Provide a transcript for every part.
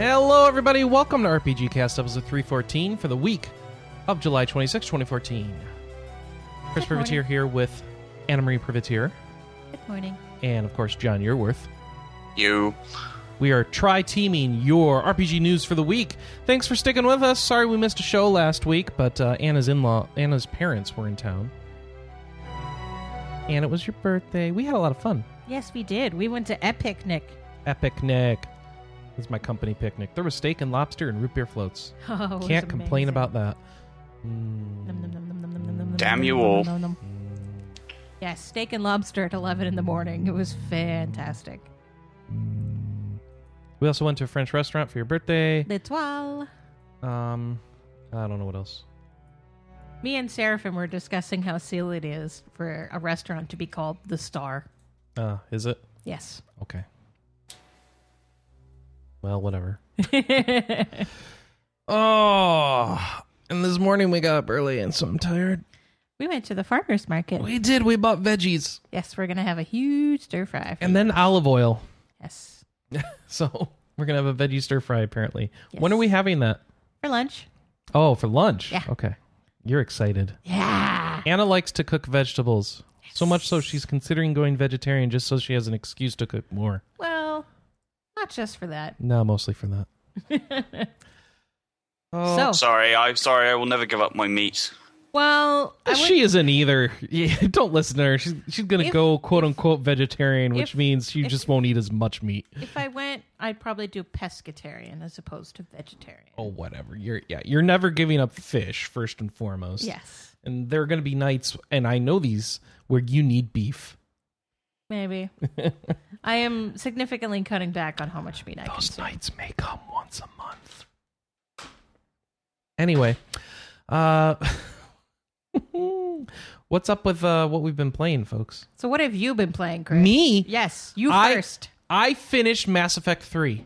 everybody. Welcome to RPG Cast episode 314 for the week of July 26, 2014. Chris Good morning. Privateer here with Anna Marie Privateer Good morning. and, of course, John Yearworth. You. We are tri teaming your RPG news for the week. Thanks for sticking with us. Sorry we missed a show last week, but uh, Anna's in law, Anna's parents were in town. And it was your birthday. We had a lot of fun. Yes, we did. We went to Epic Nick. Epic Nick. This is my company picnic. There was steak and lobster and root beer floats. Oh, it was Can't complain amazing. about that. Mm. Nom, nom, nom, nom, nom, nom, nom, nom, Damn nom, you nom, all. nom, nom. Yes, steak and lobster at 11 in the morning. It was fantastic. We also went to a French restaurant for your birthday. L'Etoile. Um, I don't know what else. Me and Seraphim were discussing how silly it is for a restaurant to be called the Star. Uh, is it? Yes. Okay. Well, whatever. oh, and this morning we got up early and so I'm tired. We went to the farmer's market. We did. We bought veggies Yes, we're going to have a huge stir fry. for and then olive oil. yes. So we're going to have a veggie stir fry apparently. When Yes. are we having that? For lunch. Oh, for lunch. Yeah. Okay. You're excited. Yeah. Anna likes to cook vegetables. So much so she's considering going vegetarian just so she has an excuse to cook more. Well, not just for that. No, mostly for that. oh, So, Sorry, I sorry, I will never give up my meat. well, I would- she isn't either. Yeah, don't listen to her. She's she's gonna If- go quote unquote vegetarian, which if- means she if- just won't eat as much meat. If I went, I'd probably do pescatarian as opposed to vegetarian. Oh, whatever. You're yeah. You're never giving up fish first and foremost. Yes, And there are gonna be nights, and I know these where you need beef. maybe. I am significantly cutting back on how much meat I Those consume. nights may come once a month. Anyway, uh, what's up with uh, what we've been playing, folks? So, what have you been playing, Chris? Me? Yes, you I- first. I finished Mass Effect 3.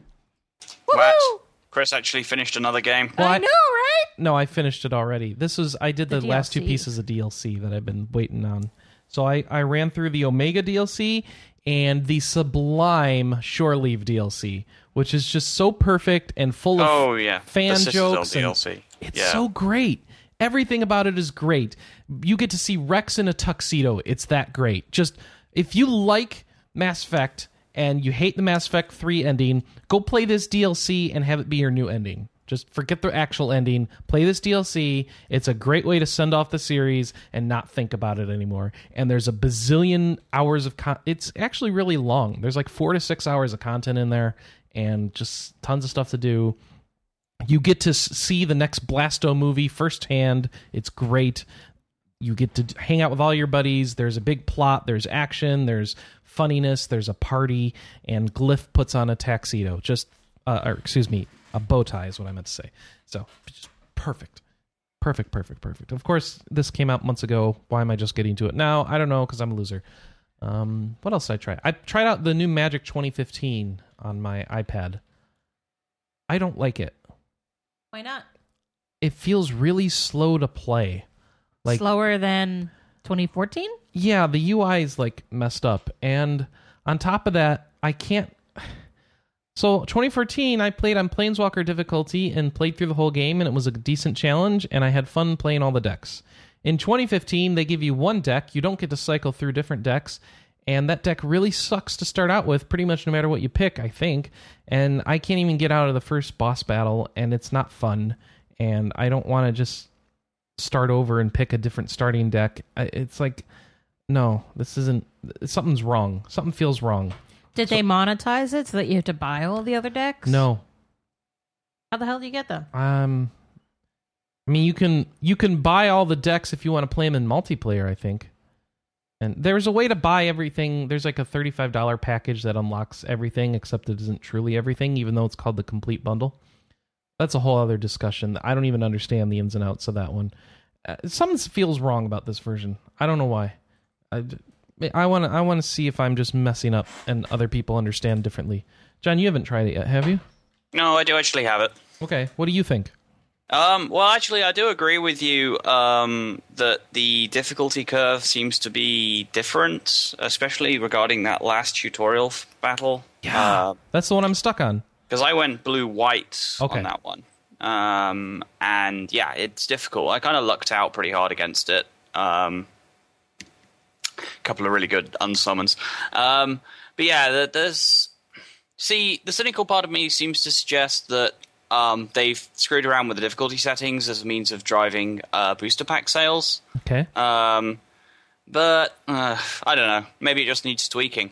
What? Woohoo! Chris actually finished another game. Well, I know, right? No, I finished it already. This is I did the, The last two DLC. pieces of DLC that I've been waiting on. So I I ran through the Omega DLC and the Sublime Shore Leave DLC, which is just so perfect and full of Oh yeah. fan the Sisters of jokes and- DLC. It's yeah. so great. Everything about it is great. You get to see Rex in a tuxedo. It's that great. Just if you like Mass Effect and you hate the Mass Effect 3 ending, go play this DLC and have it be your new ending. Just forget the actual ending. Play this DLC. It's a great way to send off the series and not think about it anymore. And there's a bazillion hours of con- it's actually really long. There's like 4 to 6 hours of content in there and just tons of stuff to do you get to s- see the next blasto movie firsthand it's great you get to d- hang out with all your buddies there's a big plot there's action there's funniness there's a party and glyph puts on a tuxedo just uh, or excuse me a bow tie is what i meant to say so just perfect perfect perfect perfect of course this came out months ago why am i just getting to it now i don't know because i'm a loser um, what else did i try i tried out the new magic 2015 on my ipad i don't like it Why not? it feels really slow to play. Like Slower than 2014? yeah, the UI is like messed up and on top of that, I can't So 2014 I played on Planeswalker difficulty and played through the whole game and it was a decent challenge and I had fun playing all the decks. In 2015 they give you one deck, you don't get to cycle through different decks and that deck really sucks to start out with pretty much no matter what you pick, I think. And I can't even get out of the first boss battle and it's not fun and I don't want to just start over and pick a different starting deck. I- It's like, no, this isn't. Something's wrong. Something feels wrong. Did they monetize it so that you have to buy all the other decks? No, How the hell do you get them? um, I mean, you can you can buy all the decks if you want to play them in multiplayer. I think, and there's a way to buy everything. There's like a thirty five dollar package that unlocks everything, except it isn't truly everything, even though it's called the complete bundle. That's a whole other discussion. I don't even understand the ins and outs of that one. Uh, something feels wrong about this version. I don't know why. I want to I want to see if I'm just messing up and other people understand differently. John, you haven't tried it yet, have you? No, I do actually have it. Okay. What do you think? Um, well, actually, I do agree with you um, that the difficulty curve seems to be different, especially regarding that last tutorial f- battle. Uh, Yeah. That's the one I'm stuck on. because I went blue white Okay. on that one. Um, and yeah, it's difficult. I kind of lucked out pretty hard against it. Um, couple of really good unsummons. Um, but yeah, there- there's. See, the cynical part of me seems to suggest that um, they've screwed around with the difficulty settings as a means of driving uh, booster pack sales. Okay. Um, but uh, I don't know. Maybe it just needs tweaking.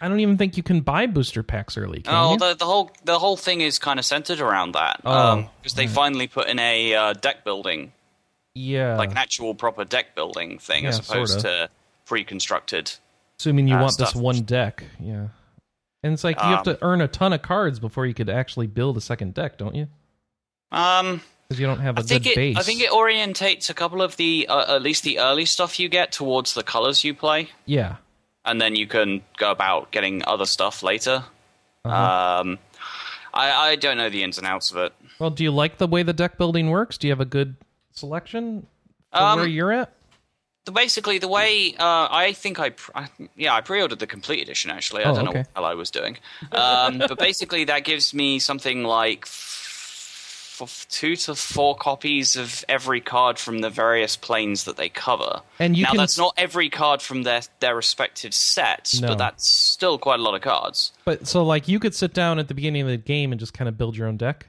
I don't even think you can buy booster packs early. Can Oh, you? the, the whole the whole thing is kind of centered around that Oh, because they finally put in a uh, deck building, yeah. like an actual proper deck building thing, as Uh. Yeah, sorta. opposed to pre-constructed. Assuming you uh, want this stuff. one deck. Yeah. And it's like you have Um, to earn a ton of cards before you could actually build a second deck, don't you? Um, Because you don't have a I think good it base. I think it orientates a couple of the uh, at least the early stuff you get towards the colors you play, yeah. and then you can go about getting other stuff later. Uh-huh. Um, I I don't know the ins and outs of it. well, do you like the way the deck building works? Do you have a good selection for Um, where you're at? the- basically the way uh, I think I, pr- I yeah I pre-ordered the complete edition actually. I Oh, don't know okay. what the hell I was doing, um, but basically that gives me something like f- f- two to four copies of every card from the various planes that they cover. And you now can s- that's not every card from their their respective sets, No. but that's still quite a lot of cards. But so like you could sit down at the beginning of the game and just kind of build your own deck.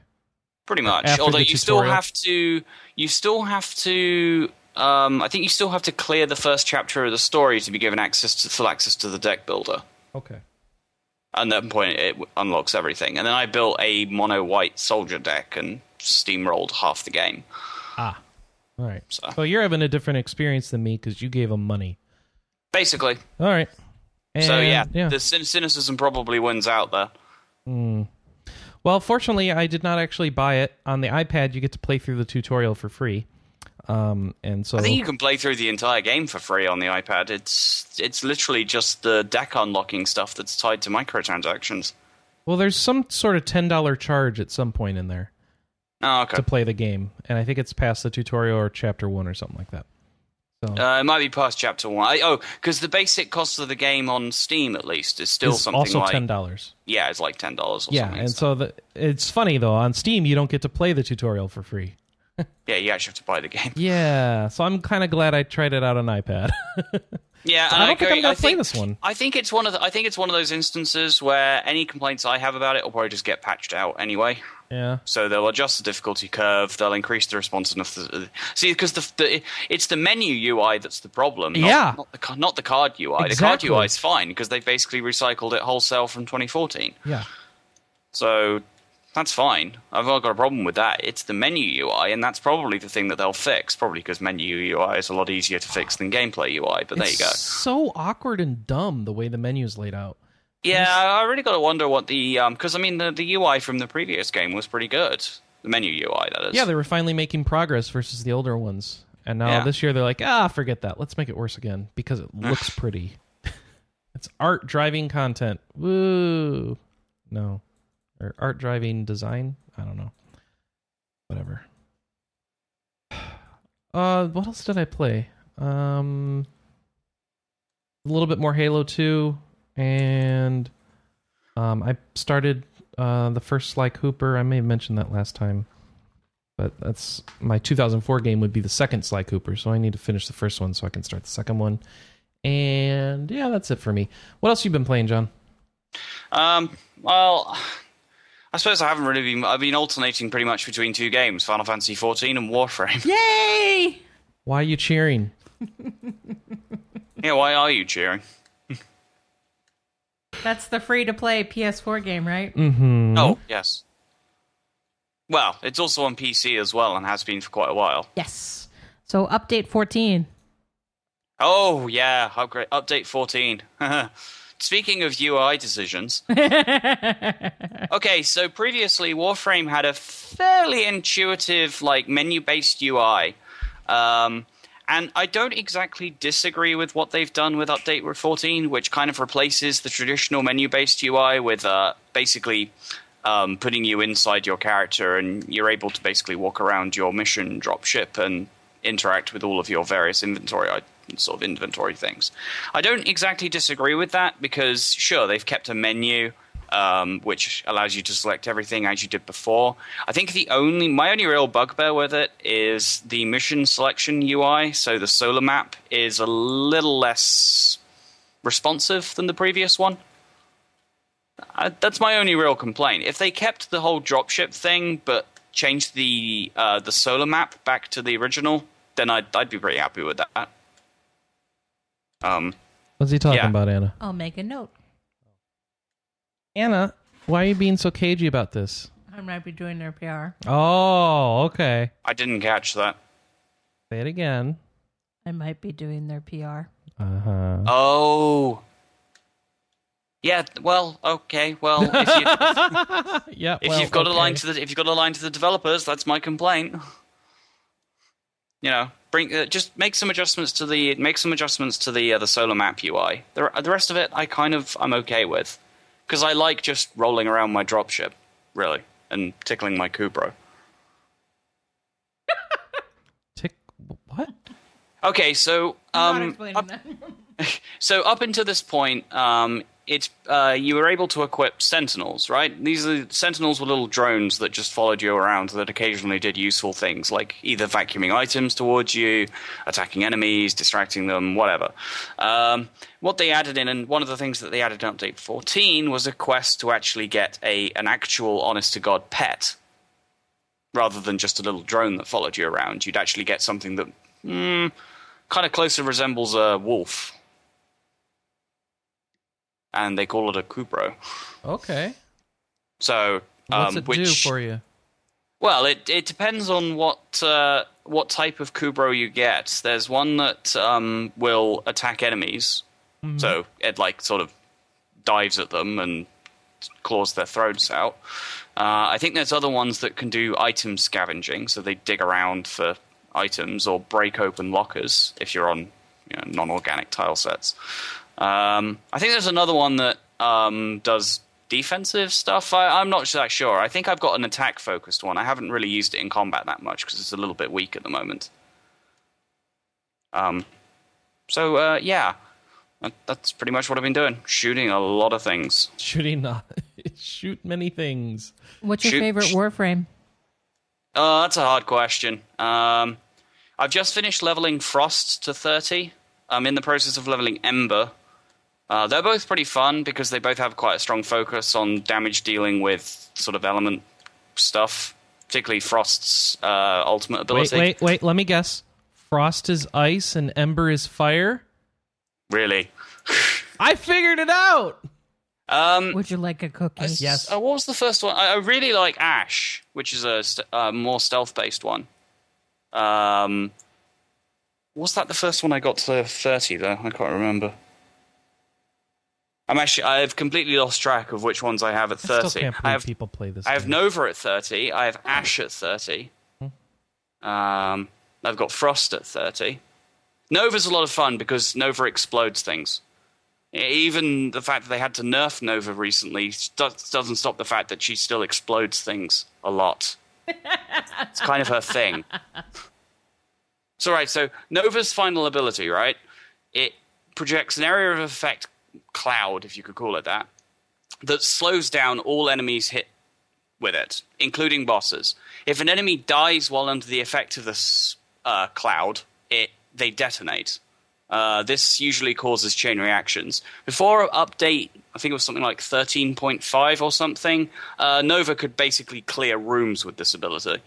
Pretty much. After Although the you still tutorial. have to, you still have to. Um, I think you still have to clear the first chapter of the story to be given access to full access to the deck builder. Okay. At that point, it w- unlocks everything. And then I built a mono white soldier deck and steamrolled half the game. Ah. All right. So, So- you're having a different experience than me because you gave them money. Basically. All right. And, so yeah, yeah. the cyn- cynicism probably wins out there. Well, fortunately, I did not actually buy it on the iPad. You get to play through the tutorial for free, um, and so I think you can play through the entire game for free on the iPad. It's it's literally just the deck unlocking stuff that's tied to microtransactions. well, there's some sort of ten dollar charge at some point in there Oh, okay. to play the game, and I think it's past the tutorial or chapter one or something like that. So Uh, it might be past chapter one. I, oh, because the basic cost of the game on Steam, at least, is still it's something also like ten dollars. yeah, it's like ten dollars or Yeah, something. and so the, it's funny though. On Steam, you don't get to play the tutorial for free. yeah, you actually have to buy the game. Yeah, so I'm kind of glad I tried it out on iPad. Yeah, and I don't think agree. I'm gonna I play think- this one. I think it's one of the, I think it's one of those instances where any complaints I have about it will probably just get patched out anyway. yeah, So they'll adjust the difficulty curve. They'll increase the responsiveness. See, because the, the it's the menu UI that's the problem. Not, Yeah. not the, ca- not the card UI. Exactly. The card UI is fine because they basically recycled it wholesale from 2014. yeah. So that's fine. I've not got a problem with that. It's the menu UI, and that's probably the thing that they'll fix. Probably because menu UI is a lot easier to fix than gameplay UI. But there you go. It's So awkward and dumb the way the menu's laid out. Yeah, I I really got to wonder what the because I mean the, the UI from the previous game was pretty good. The menu UI, that is. Yeah, they were finally making progress versus the older ones. And now Yeah. this year they're like, ah, forget that. Let's make it worse again because it looks pretty. it's art driving content. Woo. No. Or art driving design? I don't know. Whatever. Uh what else did I play? Um a little bit more Halo 2 and um I started uh the first Sly Cooper. I may have mentioned that last time but that's my 2004 game would be the second Sly Cooper, so I need to finish the first one so I can start the second one. And yeah, that's it for me. What else you been playing, John? Um. Well, I suppose I haven't really been. I've been alternating pretty much between two games: Final Fantasy XIV and Warframe. Yay! Why are you cheering? yeah. Why are you cheering? That's the free to play PS4 game, right? Mm. Oh, yes. Well, it's also on PC as well, and has been for quite a while. Yes. So update 14. Oh yeah, upgrade update fourteen. Speaking of UI decisions, okay, so previously Warframe had a fairly intuitive, like menu-based UI, um, and I don't exactly disagree with what they've done with update fourteen, which kind of replaces the traditional menu-based UI with uh, basically. Um, putting you inside your character, and you're able to basically walk around your mission dropship and interact with all of your various inventory i- sort of inventory things. I don't exactly disagree with that because sure they've kept a menu um, which allows you to select everything as you did before. I think the only my only real bugbear with it is the mission selection UI. So the solar map is a little less responsive than the previous one. Uh, that's my only real complaint. If they kept the whole dropship thing but changed the uh, the solar map back to the original, then I'd I'd be pretty happy with that. Um, What's he talking Yeah. about, Anna? I'll make a note. Anna, why are you being so cagey about this? I might be doing their PR. Oh, okay. I didn't catch that. Say it again. I might be doing their PR. Uh huh. Oh. Yeah, well, okay. Well, if, you, yeah. if well, you've got a okay. line to the if you've got a line to the developers, that's my complaint. You know, bring uh, just make some adjustments to the make some adjustments to the uh, the solar map UI. The re- the rest of it, I kind of I'm okay with, because I like just rolling around my dropship, really, and tickling my Kubro. tick. What? Okay, so I'm not um, explaining up- that. So up until this point, um, it's uh, you were able to equip sentinels, right? These are, sentinels were little drones that just followed you around that occasionally did useful things, like either vacuuming items towards you, attacking enemies, distracting them, whatever. Um, what they added in, and one of the things that they added in update 14 was a quest to actually get a an actual honest to god pet, rather than just a little drone that followed you around. You'd actually get something that. Mm, Kind of closer resembles a wolf and they call it a Kubro. Okay. So, um, What's it which, do for you? Well, it it depends on what uh, what type of Kubro you get. There's one that um, will attack enemies, Mm-hmm. so it like sort of dives at them and claws their throats out. Uh, I think there's other ones that can do item scavenging, so they dig around for items or break open lockers if you're on you know, non-organic tile sets. Um, I think there's another one that um, does defensive stuff. I, I'm not that sure. I think I've got an attack-focused one. I haven't really used it in combat that much because it's a little bit weak at the moment. Um, so uh, yeah, that, that's pretty much what I've been doing: shooting a lot of things. Shooting. Not, shoot many things. What's your Shoot- favorite sh- Warframe? Oh, that's a hard question. Um, I've just finished leveling Frost to 30. I'm in the process of leveling Ember. Uh, they're both pretty fun because they both have quite a strong focus on damage dealing with sort of element stuff, particularly Frost's uh, ultimate Wait, ability. wait, wait. Let me guess. Frost is ice and ember is fire. Really? I figured it out. Um, Would you like a cookie? Yes. Uh, what was the first one? I, I really like Ash, which is a st- uh, more stealth based one. Um, was that the first one I got to 30, though? I can't remember. I'm actually, I've completely lost track of which ones I have at I still 30. can't I believe have, people play this. I have game. Nova at 30. I have Ash at 30. Um, I've got Frost at 30. Nova's a lot of fun because Nova explodes things. E, Even the fact that they had to nerf Nova recently does, doesn't stop the fact that she still explodes things a lot. it's kind of her thing. So, right, so Nova's final ability, right? It projects an area of effect cloud, if you could call it that, that slows down all enemies hit with it, including bosses. If an enemy dies while under the effect of this uh, cloud, it they detonate. Uh, this usually causes chain reactions. Before update, I think it was something like 13.5 or something, uh, Nova could basically clear rooms with this ability.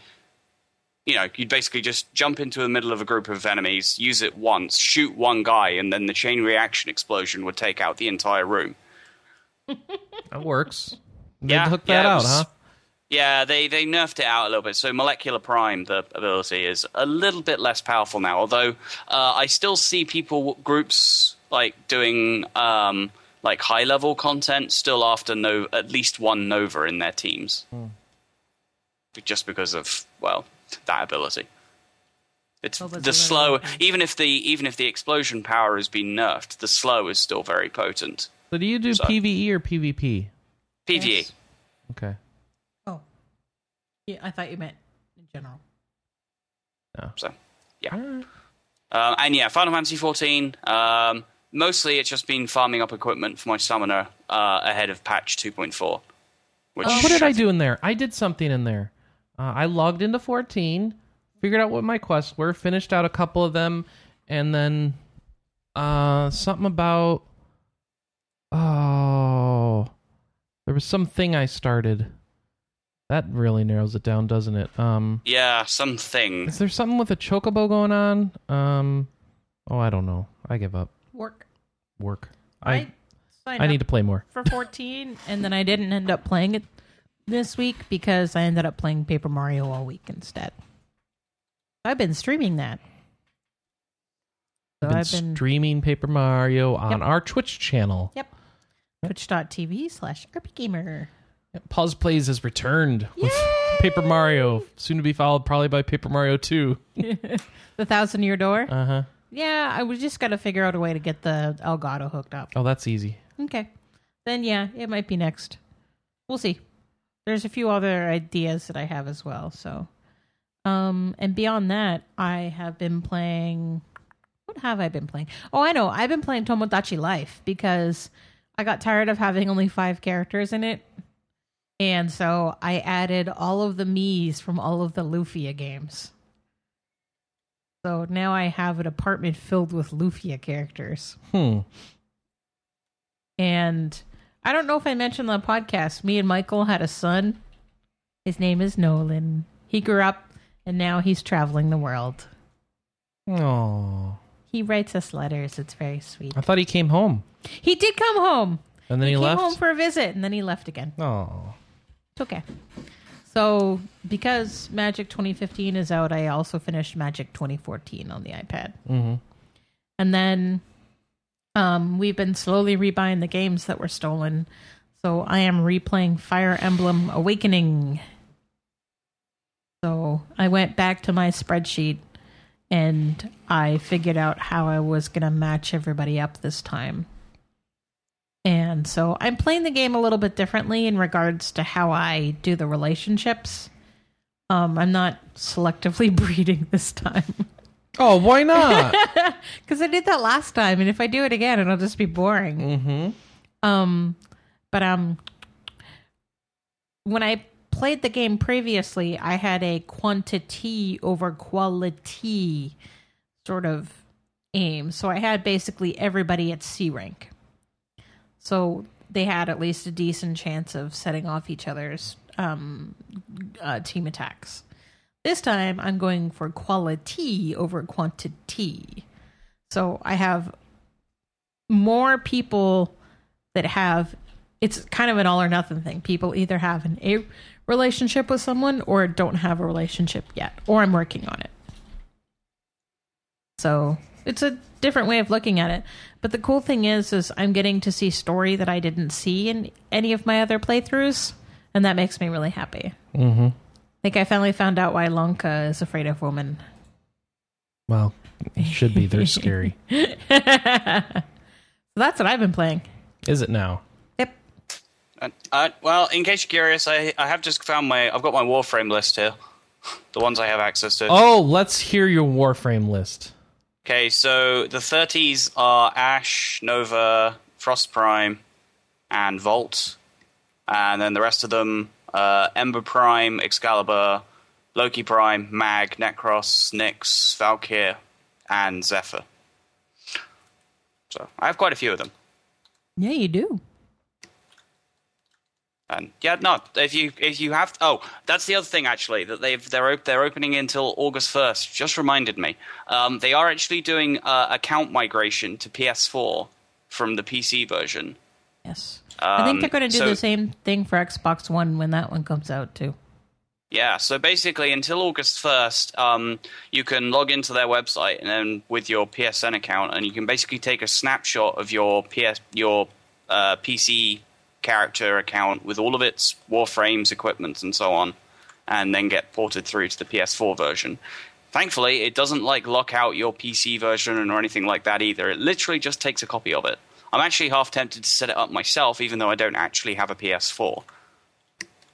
You know, you'd basically just jump into the middle of a group of enemies, use it once, shoot one guy, and then the chain reaction explosion would take out the entire room. That works. Yeah, They'd hook yeah, that it out, was- huh? Yeah, they, they nerfed it out a little bit. So Molecular Prime, the ability, is a little bit less powerful now. Although uh, I still see people groups like doing um, like high level content still after no at least one Nova in their teams, Hmm. just because of well that ability. It's Well, that's the a little slow. bit- Even if the even if the explosion power has been nerfed, the slow is still very potent. E, So do you do So- PVE or PvP? PVE. Yes. Okay. Oh. Yeah, I thought you meant in general. So, yeah. Um, and yeah, Final Fantasy 14. Um, mostly it's just been farming up equipment for my summoner uh, ahead of patch 2.4. Which Oh. what did I do in there? I did something in there. Uh, I logged into 14, figured out what my quests were, finished out a couple of them, and then uh, something about oh, there was something I started. That really narrows it down, doesn't it? Um, Yeah, something. is there something with a chocobo going on? Um, oh, I don't know. I give up. Work. Work. I, I need to play more. for 14, and then I didn't end up playing it this week because I ended up playing Paper Mario all week instead. I've been streaming that. So I've been, streaming Paper Mario on Yep. our Twitch channel. Yep. Twitch.tv slash RPGamer. Pause Plays has returned with Yay! Paper Mario, soon to be followed probably by Paper Mario 2. The Thousand Year Door. Uh huh. yeah, I was just got to figure out a way to get the Elgato hooked up. Oh, that's easy. Okay. Then, yeah, it might be next. We'll see. There's a few other ideas that I have as well. So, um, and beyond that, I have been playing. What have I been playing? Oh, I know. I've been playing Tomodachi Life because I got tired of having only five characters in it. And so I added all of the Mii's from all of the Lufia games. So now I have an apartment filled with Lufia characters. Hmm. And I don't know if I mentioned on the podcast, me and Michael had a son. His name is Nolan. He grew up and now he's traveling the world. Oh, He writes us letters. It's very sweet. I thought he came home He did come home. and then he, came left. home for a visit and then he left again. oh, It's okay. So, because Magic 2015 is out, I also finished Magic 2014 on the iPad. mm-hmm. and then um, we've been slowly rebuying the games that were stolen. So I am replaying Fire Emblem Awakening. So I went back to my spreadsheet and I figured out how I was going to match everybody up this time. And so I'm playing the game a little bit differently in regards to how I do the relationships. Um, I'm not selectively breeding this time. oh, why not? Because I did that last time, and if I do it again, it'll just be boring. mm-hmm. Um, but um, when I played the game previously, I had a quantity over quality sort of aim. So I had basically everybody at C rank. So they had at least a decent chance of setting off each other's um, uh, team attacks. This time I'm going for quality over quantity. So I have more people that have it's kind of an all or nothing thing. People either have an a relationship with someone or don't have a relationship yet, or I'm working on it. So it's a different way of looking at it. But the cool thing is, is I'm getting to see story that I didn't see in any of my other playthroughs, and that makes me really happy. Mm-hmm. Like I finally found out why Lonka is afraid of women. Well, it should be. They're scary. so that's what I've been playing. Is it now? Yep. Uh, uh, well, in case you're curious, I, I have just found my. I've got my Warframe list here. The ones I have access to. Oh, let's hear your Warframe list. Okay, so the 30s are Ash, Nova, Frost Prime, and Volt. And then the rest of them uh, Ember Prime, Excalibur, Loki Prime, Mag, Necros, Nyx, Valkyr, and Zephyr. So I have quite a few of them. Yeah, you do. And yeah, no. If you if you have oh, that's the other thing actually that they've they're op- they're opening until August first. Just reminded me. Um, they are actually doing uh, account migration to PS4 from the PC version. Yes. I think they're going to do Um, so- the same thing for Xbox One when that one comes out too. Yeah, so basically until August first, um, you can log into their website and then with your PSN account, and you can basically take a snapshot of your PS your uh, PC character account with all of its warframes, equipment, and so on, and then get ported through to the PS4 version. Thankfully, it doesn't like lock out your PC version or anything like that either. It literally just takes a copy of it. I'm actually half tempted to set it up myself, even though I don't actually have a PS4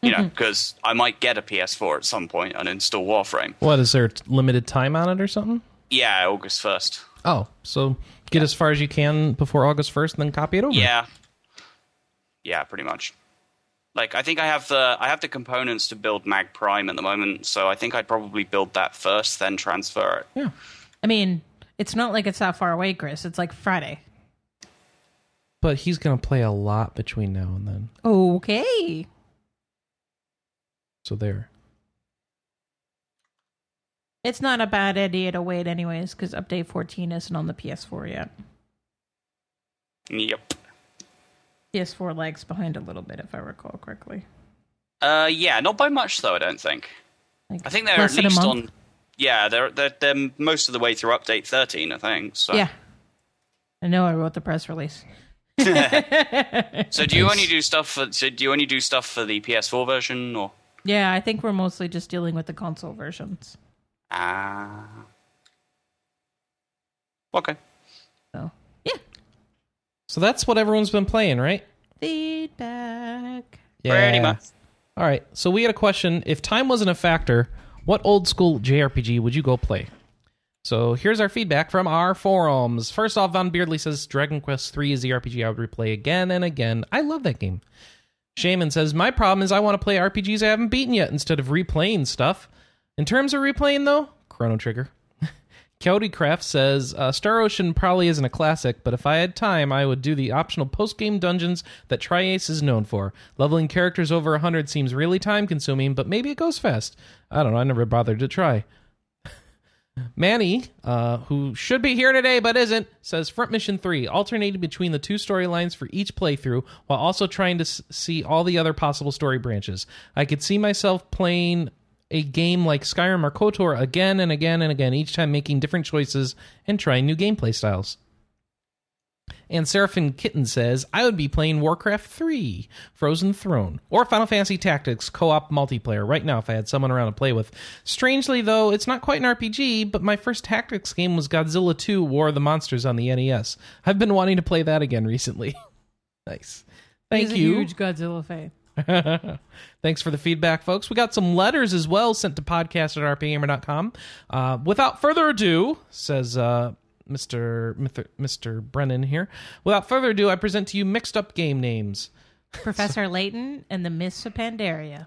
you Mm-hmm. know, because I might get a PS4 at some point and install Warframe. What is there? Limited time on it or something? Yeah, August 1st. Oh, so get as far as you can before August 1st and then copy it over. Yeah. Yeah, pretty much. Like I think I have the I have the components to build Mag Prime at the moment, so I think I'd probably build that first, then transfer it. Yeah. I mean, it's not like it's that far away, Chris. It's like Friday. But he's going to play a lot between now and then. Okay. So there. It's not a bad idea to wait, anyways, because update 14 isn't on the PS4 yet. Yep. PS4 lags behind a little bit, if I recall correctly. Uh, yeah, not by much though. I don't think. Like, I think they're less at than a least month. on. Yeah, they're, they're they're most of the way through update thirteen. I think. So. Yeah. I know I wrote the press release. So do you Nice. only do stuff for? So do you only do stuff for the PS4 version or? Yeah, I think we're mostly just dealing with the console versions. Ah. Okay. So, yeah. So that's what everyone's been playing, right? Feedback. Yeah. Pretty much. All right. So we had a question. If time wasn't a factor, what old school JRPG would you go play? So here's our feedback from our forums. First off, Von Beardley says Dragon Quest III is the RPG I would replay again and again. I love that game. Shaman says, My problem is I want to play RPGs I haven't beaten yet instead of replaying stuff. In terms of replaying, though, Chrono Trigger. Cody Craft says, uh, Star Ocean probably isn't a classic, but if I had time, I would do the optional post game dungeons that Triace is known for. Leveling characters over 100 seems really time consuming, but maybe it goes fast. I don't know, I never bothered to try. Manny, uh, who should be here today but isn't, says Front Mission 3, alternating between the two storylines for each playthrough while also trying to s- see all the other possible story branches. I could see myself playing a game like Skyrim or KOTOR again and again and again, each time making different choices and trying new gameplay styles. And Seraphin Kitten says, I would be playing Warcraft 3, Frozen Throne, or Final Fantasy Tactics co op multiplayer right now if I had someone around to play with. Strangely, though, it's not quite an RPG, but my first tactics game was Godzilla 2 War of the Monsters on the NES. I've been wanting to play that again recently. nice. Thank He's you. a huge Godzilla fan. Thanks for the feedback, folks. We got some letters as well sent to podcast at rpgamer.com. Uh, without further ado, says uh, Mr. Mr. Mr. Brennan here, without further ado, I present to you mixed up game names Professor Layton and the Miss of Pandaria.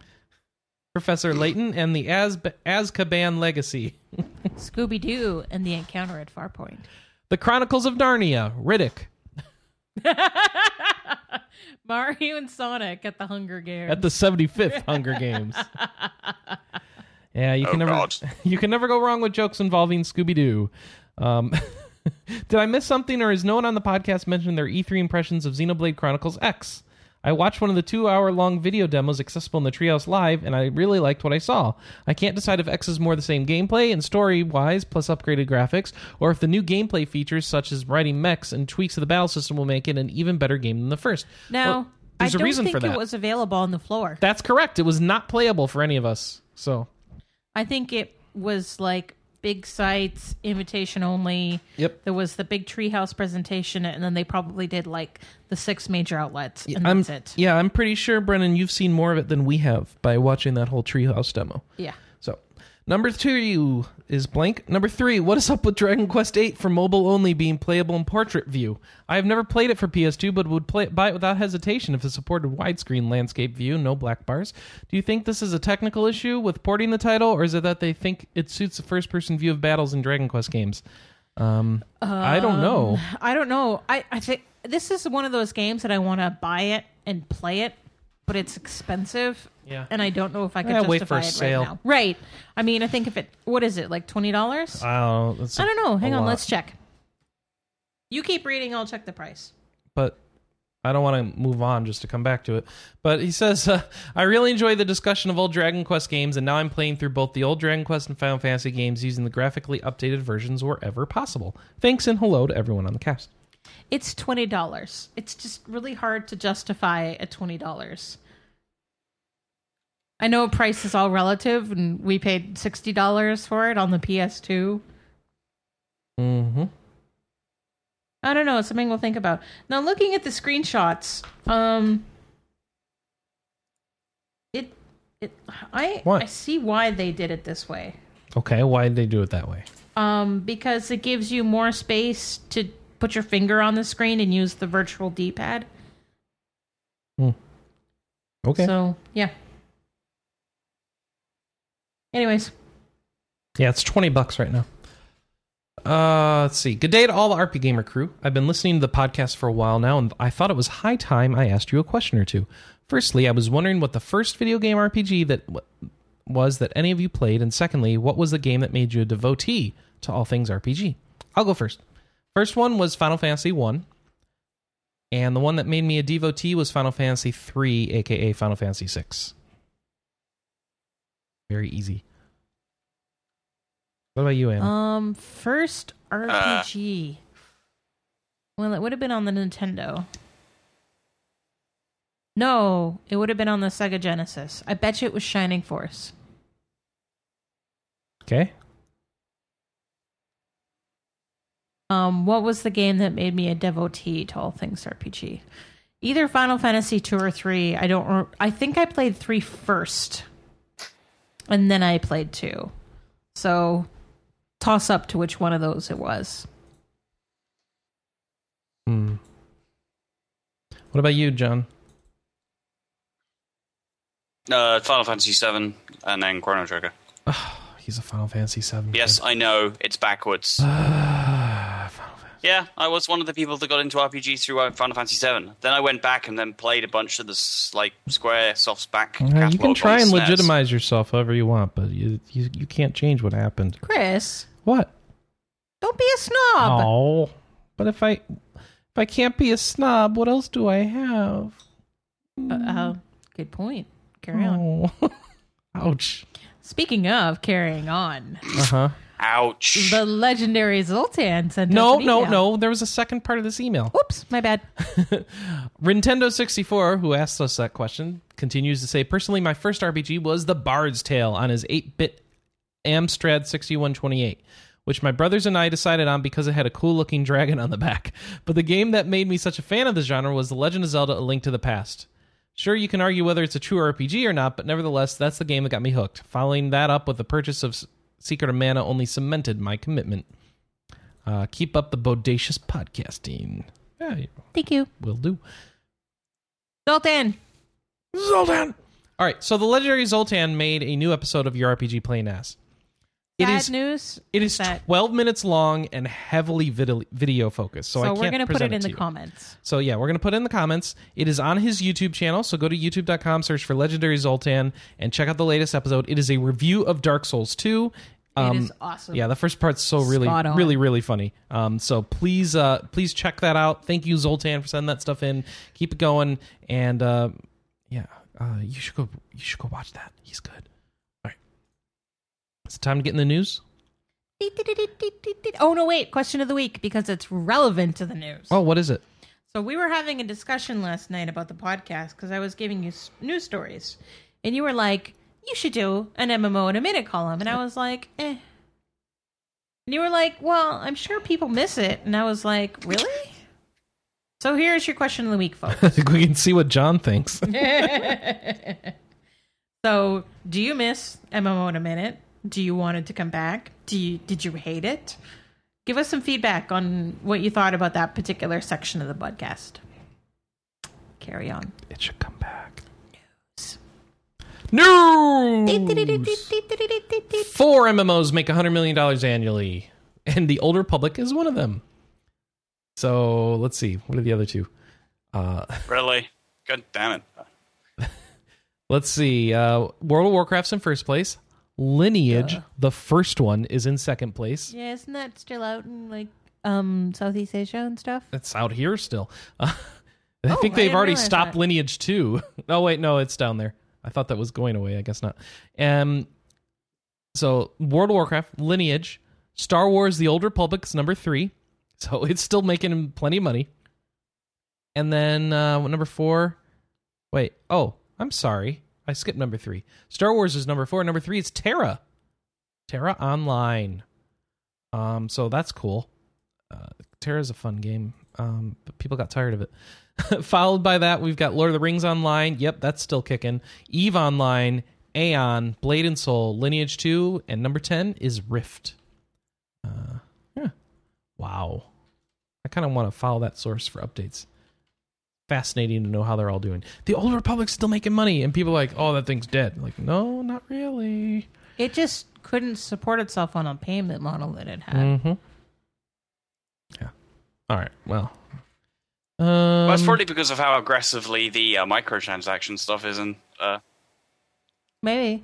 Professor Layton and the Az- Azkaban Legacy, Scooby Doo and the Encounter at Farpoint. The Chronicles of Narnia, Riddick, Mario and Sonic at the Hunger Games. at the 75th Hunger Games. Yeah, you can never God. you can never go wrong with jokes involving Scooby Doo. Um, did I miss something, or is no one on the podcast mentioned their E3 impressions of Xenoblade Chronicles X? I watched one of the two-hour-long video demos accessible in the Treehouse Live, and I really liked what I saw. I can't decide if X is more the same gameplay and story-wise, plus upgraded graphics, or if the new gameplay features such as riding mechs and tweaks to the battle system will make it an even better game than the first. now, Well, I there's a don't reason think for that. it was available on the floor. That's correct. It was not playable for any of us. So, I think it was like big sites, invitation only. yep. There was the big treehouse presentation, and then they probably did like the six major outlets, and I'm, that's it. Yeah, I'm pretty sure, Brennan, you've seen more of it than we have by watching that whole Treehouse demo. Yeah. So, number two is blank. Number three, what is up with Dragon Quest VIII for mobile only being playable in portrait view? I have never played it for PS2, but would play, buy it without hesitation if it supported widescreen landscape view, no black bars. Do you think this is a technical issue with porting the title, or is it that they think it suits the first person view of battles in Dragon Quest games? Um, I don't know. I don't know. I, I think this is one of those games that I want to buy it and play it, but it's expensive. Yeah. And I don't know if I can Yeah, justify wait for a it sale. right now. Right. I mean, I think if it, what is it, like $20? I don't know. That's a- I don't know. Hang Uh, a on. lot. Let's check. You keep reading. I'll check the price. but I don't want to move on just to come back to it. But he says, uh, I really enjoy the discussion of old Dragon Quest games, and now I'm playing through both the old Dragon Quest and Final Fantasy games using the graphically updated versions wherever possible. Thanks and hello to everyone on the cast. It's twenty dollars. It's just really hard to justify at twenty dollars. I know price is all relative, and we paid sixty dollars for it on the PS2. Mm-hmm. I don't know. It's something we'll think about. Now, looking at the screenshots, um, it, it, I, What? I see why they did it this way. Okay, why did they do it that way? um, because it gives you more space to put your finger on the screen and use the virtual D pad. Okay. So, yeah. Anyways, Yeah, it's 20 bucks right now. Uh, let's see. Good day to all the RP Gamer crew. I've been listening to the podcast for a while now, and I thought it was high time I asked you a question or two. Firstly, I was wondering what the first video game RPG that w- was that any of you played, and secondly, what was the game that made you a devotee to all things RPG? I'll go first. First one was Final Fantasy 1, and the one that made me a devotee was Final Fantasy 3, aka Final Fantasy 6. Very easy. What about you, Anna? um, first RPG. well, it would have been on the Nintendo. No, it would have been on the Sega Genesis. I bet you it was Shining Force. Okay. Um, what was the game that made me a devotee to all things RPG? Either Final Fantasy two or three. I don't. Re- I think I played three first, and then I played two. So, toss up to which one of those it was. Hmm. What about you, John? Uh, Final Fantasy VII and then Chrono Trigger. He's a Final Fantasy Seven. Yes, I know it's backwards. Uh. yeah, I was one of the people that got into RPGs through uh, Final Fantasy VII. Then I went back and then played a bunch of the s- like Square Soft's back. you catalog on can try and SNES. legitimize yourself however you want, but you you, you can't change what happened. Chris, What? don't be a snob. Oh, but if I if I can't be a snob, what else do I have? Uh, Mm-hmm. uh, good point. Carry on. Oh. Ouch. Speaking of carrying on, Uh huh. Ouch. the legendary Zoltan sent No, us an no, email. no. There was a second part of this email. Oops, my bad. Nintendo 64, who asked us that question, continues to say, Personally, my first RPG was The Bard's Tale on his 8 bit Amstrad 6128, which my brothers and I decided on because it had a cool looking dragon on the back. But the game that made me such a fan of the genre was The Legend of Zelda A Link to the Past. Sure, you can argue whether it's a true RPG or not, but nevertheless, that's the game that got me hooked. Following that up with the purchase of S- Secret of Mana only cemented my commitment. Uh, keep up the bodacious podcasting. Yeah, Thank you, will do. Zoltan. Zoltan. All right, so the legendary Zoltan made a new episode of Your RPG Playing Ass. It Bad is news. it is that- twelve minutes long and heavily vid- video focused. So, So, I can't we're gonna put present it in to the you. comments. So yeah, we're gonna put it in the comments. It is on his YouTube channel, so go to youtube.com, search for Legendary Zoltan, and check out the latest episode. It is a review of Dark Souls Two. Um, it is awesome. yeah, the first part's so really, Spot on. really, really funny. Um, so please, uh, please check that out. Thank you, Zoltan, for sending that stuff in. Keep it going, and uh, yeah, uh, you should go. You should go watch that. He's good. All right, it's time to get in the news. Oh no, wait. Question of the week because it's relevant to the news. Oh, what is it? So we were having a discussion last night about the podcast because I was giving you s- news stories, and you were like, "You should do an MMO in a minute column," and I was like, "Eh." And you were like, "Well, I'm sure people miss it," and I was like, "Really?" So here's your question of the week, folks. I think we can see what John thinks. So, do you miss MMO in a minute? Do you want it to come back? Do you did you hate it? Give us some feedback on what you thought about that particular section of the podcast. Carry on. It should come back. News. Four MMOs make $100 million annually, and the Old Republic is one of them. So let's see. What are the other two? Uh, really? God damn it. let's see. Uh, World of Warcraft's in first place. Lineage, the first one, is in second place. Yeah, isn't that still out in like um Southeast Asia and stuff? Oh, It's out here still. Uh, I think I they've didn't already realize stopped that. Lineage 2. oh, wait, no, it's down there. I thought that was going away. I guess not. Um, so, World of Warcraft, Lineage, Star Wars The Old Republic is number three. So, it's still making plenty of money. And then uh, number four. Wait, oh, I'm sorry. I skipped number three. Star Wars is number four. Number three is Terra. Terra Online. Um, so that's cool. Uh, Terra's a fun game, um, but people got tired of it. Followed by that, we've got Lord of the Rings Online. Yep, that's still kicking. Eve Online, Aeon, Blade and Soul, Lineage 2, and number 10 is Rift. Uh, kind of want to follow that source for updates. Fascinating to know how they're all doing. The Old Republic's still making money, and people are like, oh, that thing's dead. like, no, not really. It just couldn't support itself on a payment model that it had. Mm-hmm. Yeah. All right. Well. Um, well, it's probably because of how aggressively the uh, microtransaction stuff is in uh, Maybe.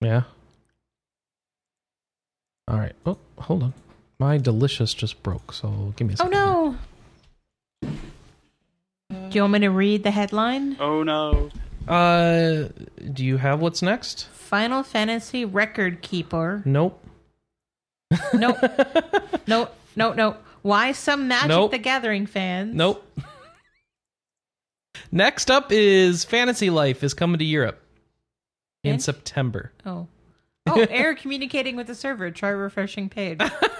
Yeah. All right. Oh, hold on. My delicious just broke, so give me a Oh second. here. no. Do you want me to read the headline? Oh no. Uh, do you have what's next? Final Fantasy Record Keeper. Nope. Nope. nope. Nope. Nope. Why some Magic Nope. the Gathering fans? Nope. next up is Fantasy Life is coming to Europe in Fancy- September. Oh. Oh, error communicating with the server. Try refreshing page. Final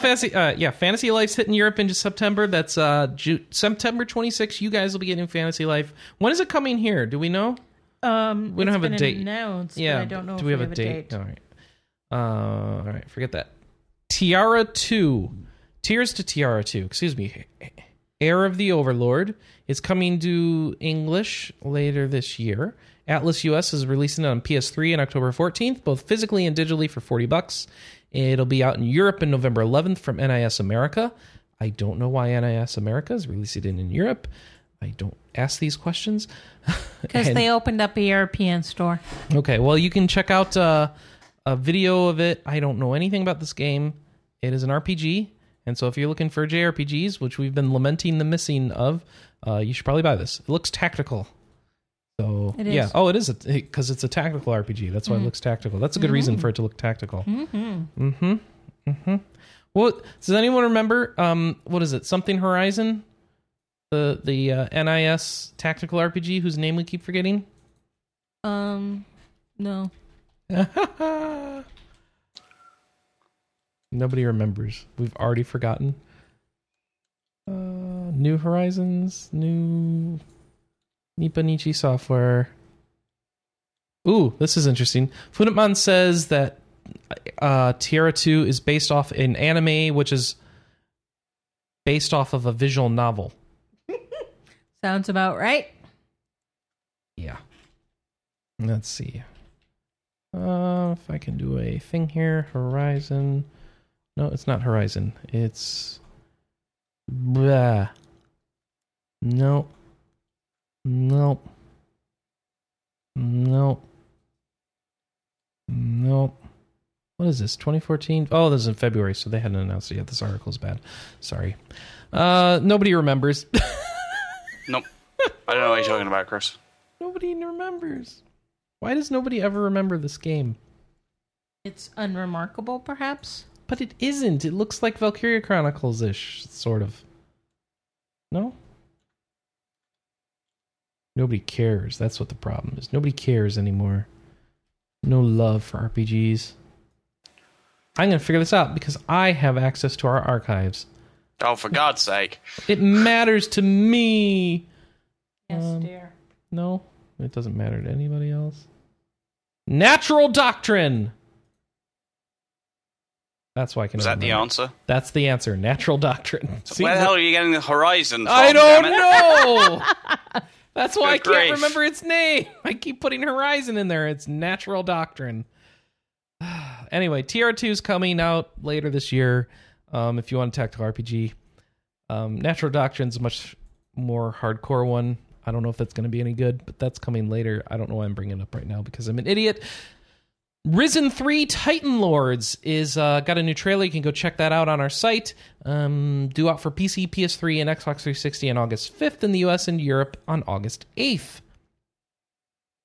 Fantasy, uh, yeah, Fantasy Life's hitting Europe in September. That's uh Ju- September 26th. You guys will be getting Fantasy Life. When is it coming here? Do we know? Um, We don't it's have a been date. Announced, yeah, but I don't know. Do if we have, a date? All right. Uh, all right. Forget that. Tiara two, Tears to Tiara two. Excuse me. Heir of the Overlord is coming to English later this year. Atlas US is releasing it on PS3 on October 14th, both physically and digitally for 40 bucks. It'll be out in Europe on November 11th from NIS America. I don't know why NIS America is releasing it in Europe. I don't ask these questions. Because And- they opened up a European store. Okay, well, you can check out uh, a video of it. I don't know anything about this game. It is an RPG, and so if you're looking for JRPGs, which we've been lamenting the missing of, uh, you should probably buy this. It looks tactical. So It yeah, is. Mm-hmm. oh, it is because it's a tactical RPG. That's why it looks tactical. That's a good reason for it to look tactical. Mm-hmm. Mm-hmm. Well, does anyone remember? Um, what is it? Something Horizon, the the uh, NIS tactical RPG whose name we keep forgetting. Um, no. Nobody remembers. We've already forgotten. Uh, new Horizons, new Nipponichi software. Ooh, this is interesting. Funimon says that uh, Tierra 2 is based off an anime, which is based off of a visual novel. Sounds about right. Yeah. Let's see. Uh, if I can do a thing here, Horizon. No, it's not Horizon. It's. Blah. Nope. Nope. Nope. Nope. What is this? 2014? Oh, this is in February, so they hadn't announced it yet. This article's bad. Sorry. Uh, nobody remembers. Nope. I don't know what you're talking about, Chris. Nobody remembers. Why does nobody ever remember this game? It's unremarkable, perhaps. But it isn't. It looks like Valkyria Chronicles ish, sort of. No? Nobody cares. That's what the problem is. Nobody cares anymore. No love for RPGs. I'm going to figure this out because I have access to our archives. Oh, for God's sake. It matters to me. Yes, Um, dear. No, it doesn't matter to anybody else. Natural doctrine. That's why I can. Is that the remember. answer? That's the answer. Natural doctrine. See, Where the no- hell are you getting the horizon from? I damn don't it? know. That's why I Good can't grief. remember its name. I keep putting Horizon in there. It's Natural Doctrine. anyway, TR2 is coming out later this year. Um, if you want a tactical RPG, um, Natural Doctrine's a much more hardcore one. I don't know if that's going to be any good, but that's coming later. I don't know why I'm bringing it up right now because I'm an idiot. Risen 3 Titan Lords is uh, got a new trailer. You can go check that out on our site. Um, due out for PC, PS3, and Xbox 360 on August 5th in the US and Europe on August 8th.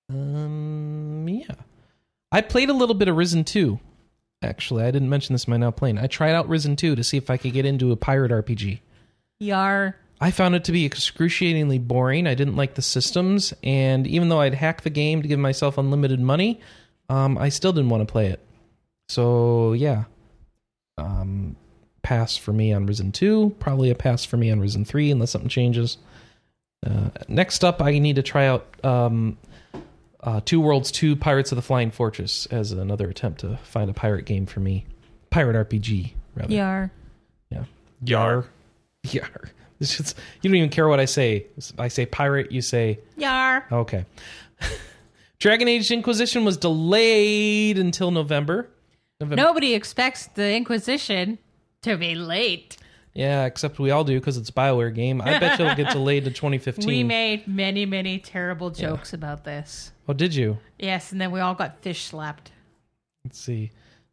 Um, yeah. I played a little bit of Risen 2. Actually, I didn't mention this in my now playing. I tried out Risen 2 to see if I could get into a pirate RPG. Yar. I found it to be excruciatingly boring. I didn't like the systems, and even though I'd hack the game to give myself unlimited money, um, I still didn't want to play it. So yeah, um, pass for me on Risen Two. Probably a pass for me on Risen Three, unless something changes. Uh, next up, I need to try out um, uh, Two Worlds Two: Pirates of the Flying Fortress as another attempt to find a pirate game for me, pirate RPG rather. Yar. Yeah. Yar. Yar. It's just, you don't even care what I say. I say pirate, you say oh, Yar. Okay. Dragon Age Inquisition was delayed until November. November. Nobody expects the Inquisition to be late. Yeah, except we all do because it's a Bioware game. I bet you'll get delayed to 2015. We made many, many terrible jokes about this. oh, did you? Yes, and then we all got fish slapped. Let's see.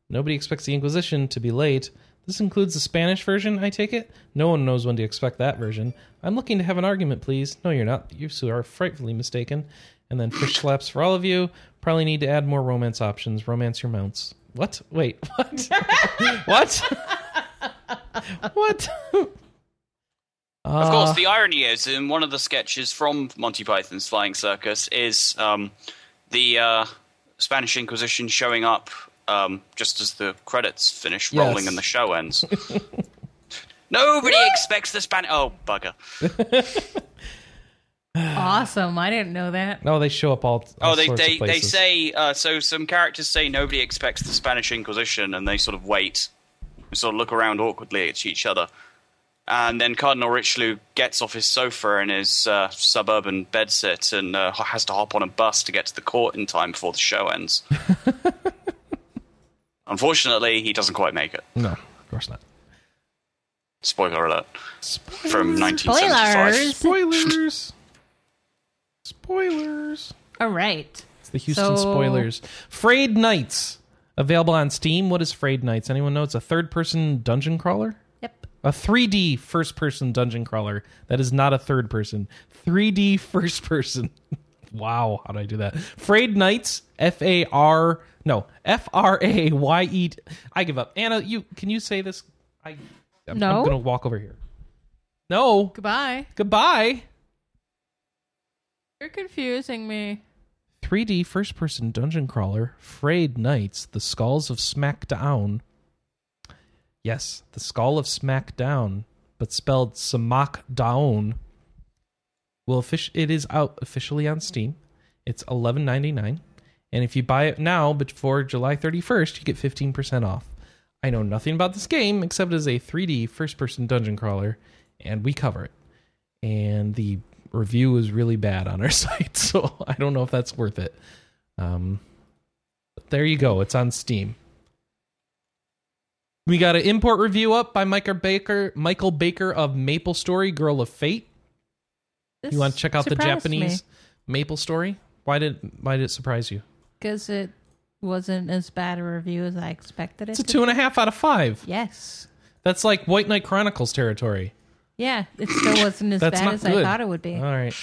Nobody expects the Inquisition to be late. This includes the Spanish version, I take it? No one knows when to expect that version. I'm looking to have an argument, please. No, you're not. You two are frightfully mistaken. And then fish slaps for all of you. Probably need to add more romance options. Romance your mounts. What? Wait, what? what? what? Of course, the irony is in one of the sketches from Monty Python's Flying Circus is um, the uh, Spanish Inquisition showing up um, just as the credits finish Yes. rolling and the show ends. Nobody expects the Spanish. Oh, bugger. awesome. I didn't know that. No, they show up all. all Oh, they, sorts of they, they places. say, uh, so some characters say nobody expects the Spanish Inquisition, and they sort of wait, and sort of look around awkwardly at each other. And then Cardinal Richelieu gets off his sofa in his uh, suburban bedsit and uh, has to hop on a bus to get to the court in time before the show ends. Unfortunately, he doesn't quite make it. No, of course not. Spoiler alert. Spoilers. From Spoilers. 1975. Spoilers. Spoilers. All right. It's the Houston So- spoilers. Frayed Knights available on Steam. What is Frayed Knights? Anyone know? It's a third-person dungeon crawler. Yep. A 3D first-person dungeon crawler. That is not a third person. 3D first person. wow, how did I do that? Frayed Knights. F A R. No, F R A Y E. I give up. Anna, you can you say this? I. I'm, No. I'm gonna walk over here. No. Goodbye. Goodbye. You're confusing me. 3D first person dungeon crawler, Frayed Knights, The Skulls of Smackdown. Yes, The Skull of Smackdown, but spelled Smackdown. Will offic- it is out officially on Steam. It's eleven ninety nine, and if you buy it now before July thirty first, you get fifteen percent off. I know nothing about this game except it is a 3D first person dungeon crawler, and we cover it and the review was really bad on our site, so I don't know if that's worth it. Um, but there you go. It's on Steam. We got an import review up by Michael Baker, Michael Baker of Maple Story, Girl of Fate. This You want to check out the Japanese Maple Story? Why did why did it surprise you? Because it wasn't as bad a review as I expected it It's a to two and a half out of five. Yes. That's like White Knight Chronicles territory. Yeah, it still wasn't as That's bad not as I good. Uh, thought it would be. All right.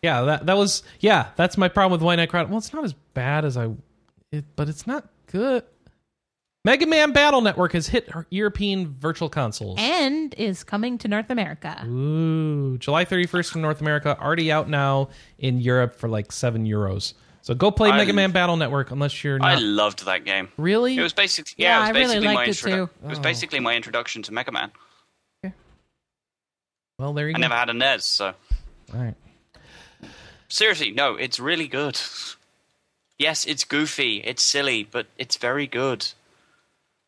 Yeah, that that was yeah, that's my problem with White Knight Chronicles. Well, it's not as bad as I it, but it's not good. Mega Man Battle Network has hit European virtual consoles. and is coming to North America. Ooh, July 31st in North America, already out now in Europe for like 7 euros. So go play I- Mega Man Battle Network unless you're I not loved that game. Really? It was basically yeah, Yeah, it I was really basically my liked it introdu- too. It was Oh. basically my introduction to Mega Man. well, there you I Mm-hmm. go. never had a NES, so All right. Seriously, no, it's really good. Yes, it's goofy, it's silly, but it's very good.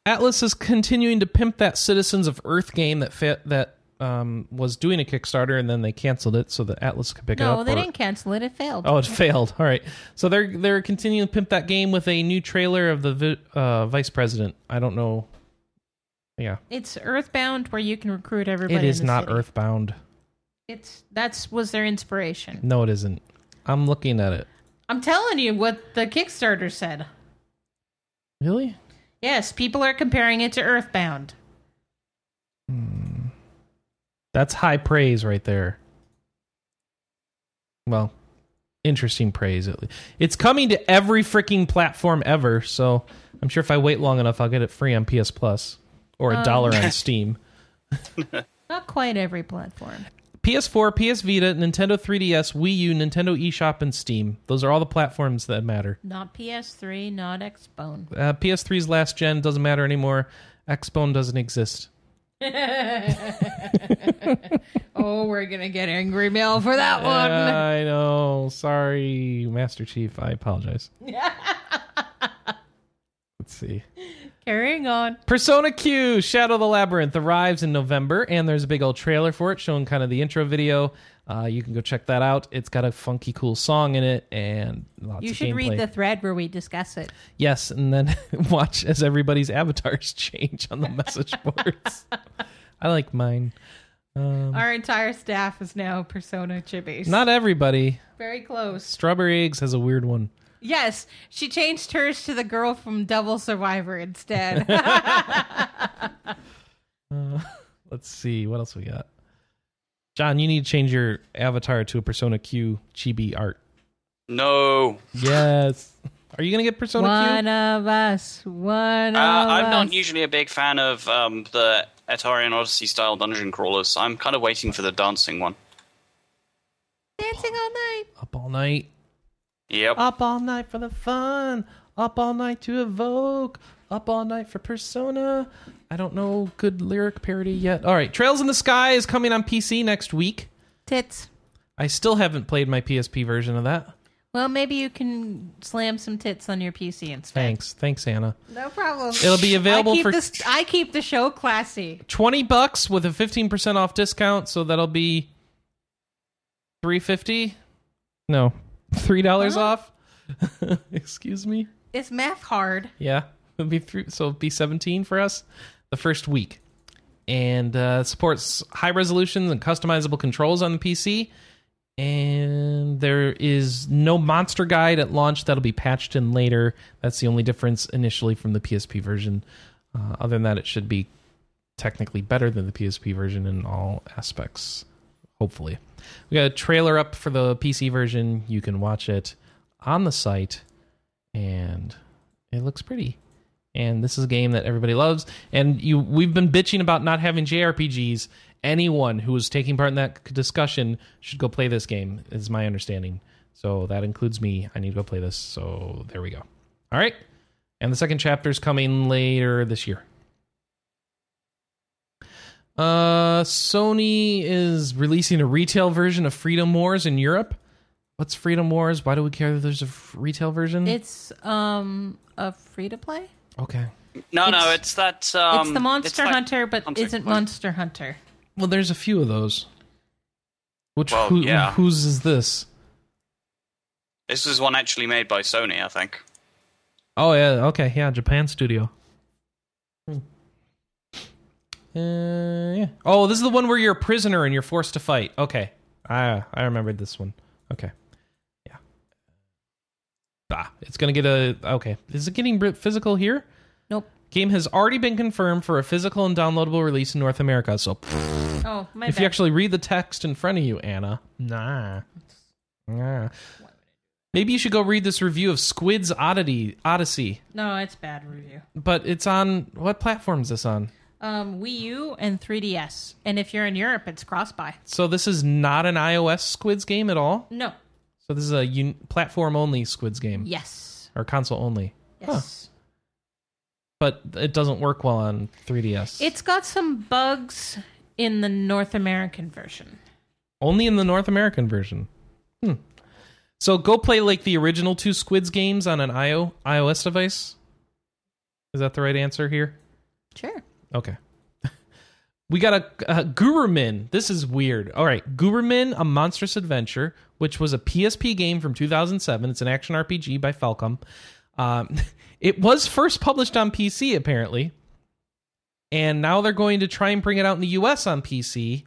Atlas is continuing to pimp that Citizens of Earth game that fa- that um, was doing a Kickstarter and then they canceled it so that Atlas could pick it up. No, they or- didn't cancel it. It failed. Oh, it failed. All right. So they're they're continuing to pimp that game with a new trailer of the vi- uh, vice president. I don't know. Yeah, It's Earthbound, where you can recruit everybody. it is in the not city. Earthbound. It's that's was their inspiration. No, it isn't. I'm looking at it. I'm telling you what the Kickstarter said. Really? Yes, people are comparing it to Earthbound. That's high praise right there. Well, interesting praise at least. It's coming to every freaking platform ever, so I'm sure if I wait long enough, I'll get it free on PS Plus or a dollar Um, on Steam. Not quite every platform. PS4, PS Vita, Nintendo 3DS, Wii U, Nintendo eShop, and Steam. Those are all the platforms that matter. Not PS3, not Xbone. Uh, PS3's last gen doesn't matter anymore. Xbone doesn't exist. Oh, we're gonna get angry mail for that Yeah, I know. Sorry, Master Chief. I apologize. Let's see. Carrying on. Persona Q Shadow of the Labyrinth arrives in November, and there's a big old trailer for it showing kind of the intro video. Uh, you can go check that out. It's got a funky, cool song in it, and lots You of should gameplay. read the thread where we discuss it. yes, and then watch as everybody's avatars change on the message boards. I like mine. Our entire staff is now Persona Chibis. Not everybody. Very close. Strawberry Eggs has a weird one. Yes, she changed hers to the girl from Devil Survivor instead. Let's see what else we got. John, you need to change your avatar to a Persona Q chibi art. No, Yes. Are you gonna get Persona Q? one of us. One uh, of I'm us. not usually a big fan of um, the Atarian Odyssey style dungeon crawlers. so I'm kind of waiting for the dancing one. dancing all night. Up all night. Yep. Oh, Up all night for the fun. Up all night to evoke. Up all night for Persona. I don't know good lyric parody yet. All right, Trails in the Sky is coming on PC next week. Tits. I still haven't played my PSP version of that. Well, maybe you can slam some tits on your PC instead. Thanks, thanks Anna. No problem. It'll be available I keep for- This, I keep the show classy. Twenty bucks with a fifteen percent off discount, so that'll be three fifty. No, three dollars Huh? off. Excuse me. It's math hard. Yeah, it'll be three, so it'll be seventeen for us the first week, and uh, supports high resolutions and customizable controls on the PC. And there is no monster guide at launch. That'll be patched in later. That's the only difference initially from the PSP version. Uh, other than that, it should be technically better than the PSP version in all aspects. Hopefully, we got a trailer up for the PC version. You can watch it on the site, and it looks pretty. And this is a game that everybody loves. And you, we've been bitching about not having JRPGs. Anyone who is taking part in that c- discussion should go play this game. Is my understanding. So that includes me. I need to go play this. So there we go. All right. And the second chapter is coming later this year. Uh, Sony is releasing a retail version of Freedom Wars in Europe. What's Freedom Wars? Why do we care that there's a f- retail version? It's um a free to play. okay. no, no, it's- it's that. Um, it's the Monster like- Hunter, but Hunter, isn't Hunter. Monster Hunter. Well, there's a few of those. Which Well, who, yeah. whose is this? This was one actually made by Sony, I think. Oh yeah, okay, yeah, Japan Studio. Hmm. Uh, yeah. Oh, this is the one where you're a prisoner and you're forced to fight. Okay, I I remembered this one. Okay, yeah. Bah, it's gonna get a okay. Is it getting br- physical here? Nope. Game has already been confirmed for a physical and downloadable release in North America. So Oh my if bad. you actually read the text in front of you, Anna. Nah. Nah. Maybe you should go read this review of Squid's Oddity Odyssey. no, it's bad review. But it's on what platform is this on? Um, Wii U and 3DS, and if you're in Europe, it's cross buy. So this is not an iOS Squid's game at all. No. So this is a un- platform only Squid's game Yes. or console only. Yes. But it doesn't work well on 3DS. It's got some bugs in the North American version. Only in the North American version. Hmm. So go play like the original two Squid's games on an IO- iOS device. Is that the right answer here? Sure. Okay. We got a, a Gurumin. This is weird. All right, Gurumin: A Monstrous Adventure, which was a PSP game from 2007. It's an action RPG by Falcom. Um, it was first published on PC apparently, and now they're going to try and bring it out in the U.S. on PC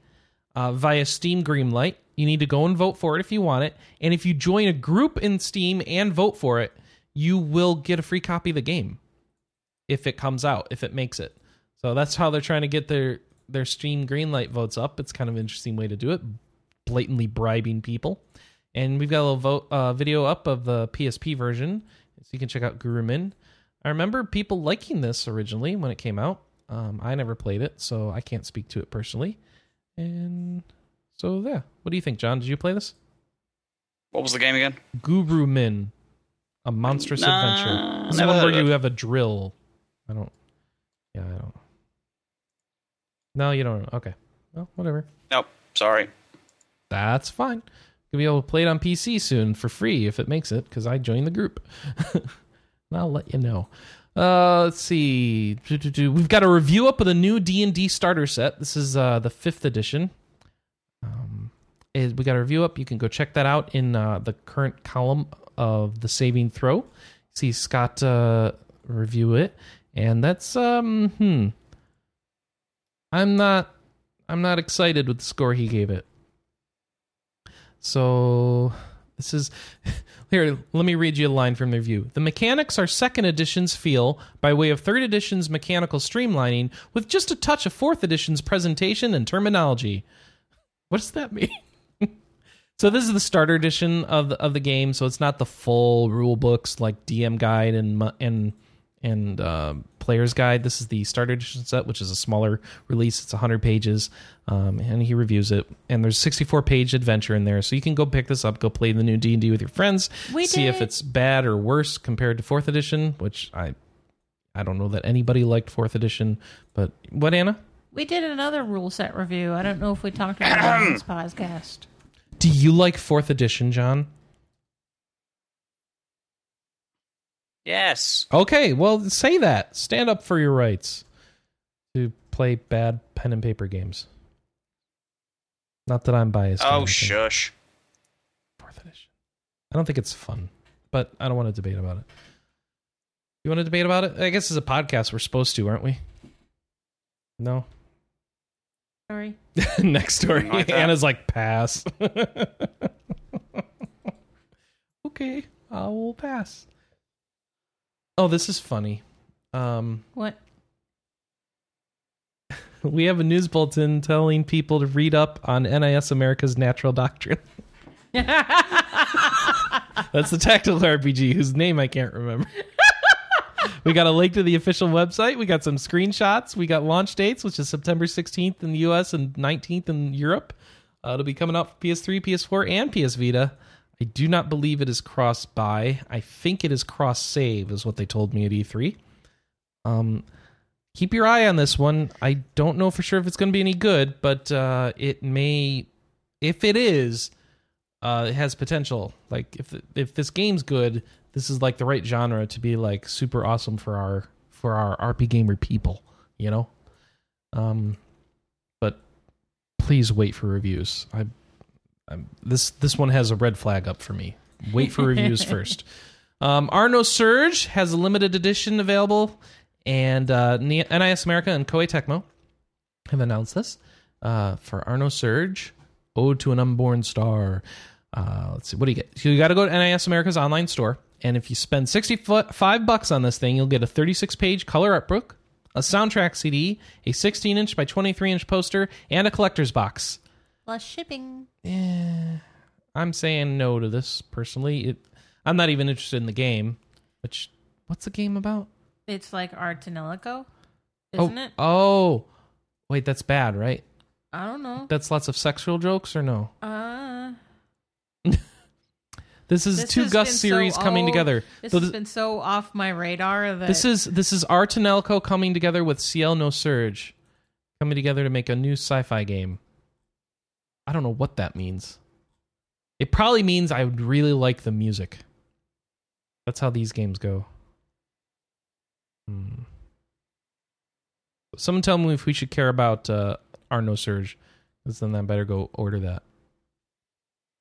uh, via Steam Greenlight. You need to go and vote for it if you want it, and if you join a group in Steam and vote for it, you will get a free copy of the game if it comes out, if it makes it. So that's how they're trying to get their their stream greenlight votes up. It's kind of an interesting way to do it, blatantly bribing people. And we've got a little vote uh, video up of the PSP version, so you can check out Gurumin. I remember people liking this originally when it came out. Um, I never played it, so I can't speak to it personally. And so yeah, what do you think, John? Did you play this? What was the game again? Guru Min, a monstrous Nah, adventure. This is never one heard where of you it. have a drill. I don't. Yeah, I don't. No, you don't. Okay. Well, whatever. Nope, sorry. That's fine. You'll be able to play it on PC soon for free if it makes it, because I joined the group. and I'll let you know. Uh, let's see. Do, do, do. We've got a review up of the new D and D starter set. This is uh, the fifth edition. Um, is- we got a review up. You can go check that out in uh, the current column of the saving throw. See Scott uh, review it, and that's um. Hmm. I'm not. I'm not excited with the score he gave it. So this is here. Let me read you a line from the review. The mechanics are second edition's feel by way of third edition's mechanical streamlining, with just a touch of fourth edition's presentation and terminology. What does that mean? so this is the starter edition of the, of the game, so it's not the full rule books like DM guide and mu- and and uh, player's guide. This is the starter edition set, which is a smaller release. It's 100 pages, um, and he reviews it. And there's a 64 page adventure in there, so you can go pick this up, go play the new D and D with your friends, We see if did. it's bad or worse compared to fourth edition, which I. I don't know that anybody liked fourth edition, but what Anna? We did another rule set review. I don't know if we talked about it on this podcast. Do you like fourth edition, John? Yes. Okay, well, say that. Stand up for your rights to play bad pen and paper games. Not that I'm biased. or Oh, anything. shush. Fourth edition. I don't think it's fun, but I don't want to debate about it. You want to debate about it? I guess as a podcast, we're supposed to, aren't we? No. Sorry. Next story. Something like that. Anna's like, pass. okay, I will pass. Oh, this is funny. Um, What? we have a news bulletin telling people to read up on NIS America's Natural Doctrine. That's the tactical RPG whose name I can't remember. we got a link to the official website. We got some screenshots. We got launch dates, which is September 16th in the US and 19th in Europe. Uh, it'll be coming out for PS3, PS4, and PS Vita. I do not believe it is cross buy. I think it is cross save, is what they told me at E3. Um, keep your eye on this one. I don't know for sure if it's going to be any good, but uh, it may. If it is, uh, it has potential. Like if if this game's good, this is like the right genre to be like super awesome for our for our RP gamer people. You know, um, but please wait for reviews. I, I'm this this one has a red flag up for me. Wait for reviews first. Um, Arno Surge has a limited edition available, and uh, Ni- NIS America and Koei Tecmo have announced this uh, for Arno Surge, Ode to an Unborn Star. Uh, let's see, what do you get? So you got to go to NIS America's online store, and if you spend sixty-five bucks on this thing, you'll get a thirty-six page color art book, a soundtrack CD, a sixteen-inch by twenty-three-inch poster, and a collector's box. Plus shipping. I'm saying no to this personally. It, I'm not even interested in the game. Which, what's the game about? It's like Artanelico, isn't oh, it? Oh, wait, that's bad, right? I don't know. That's lots of sexual jokes, or no? Uh, This is This two has Gus been so series coming old. together. this So has been so off my radar that this is this is Artanelco coming together with CL No Surge, coming together to make a new sci-fi game. I don't know what that means. It probably means I would really like the music. That's how these games go. Hmm. Someone tell me if we should care about uh, Arno Surge, because then I better go order that.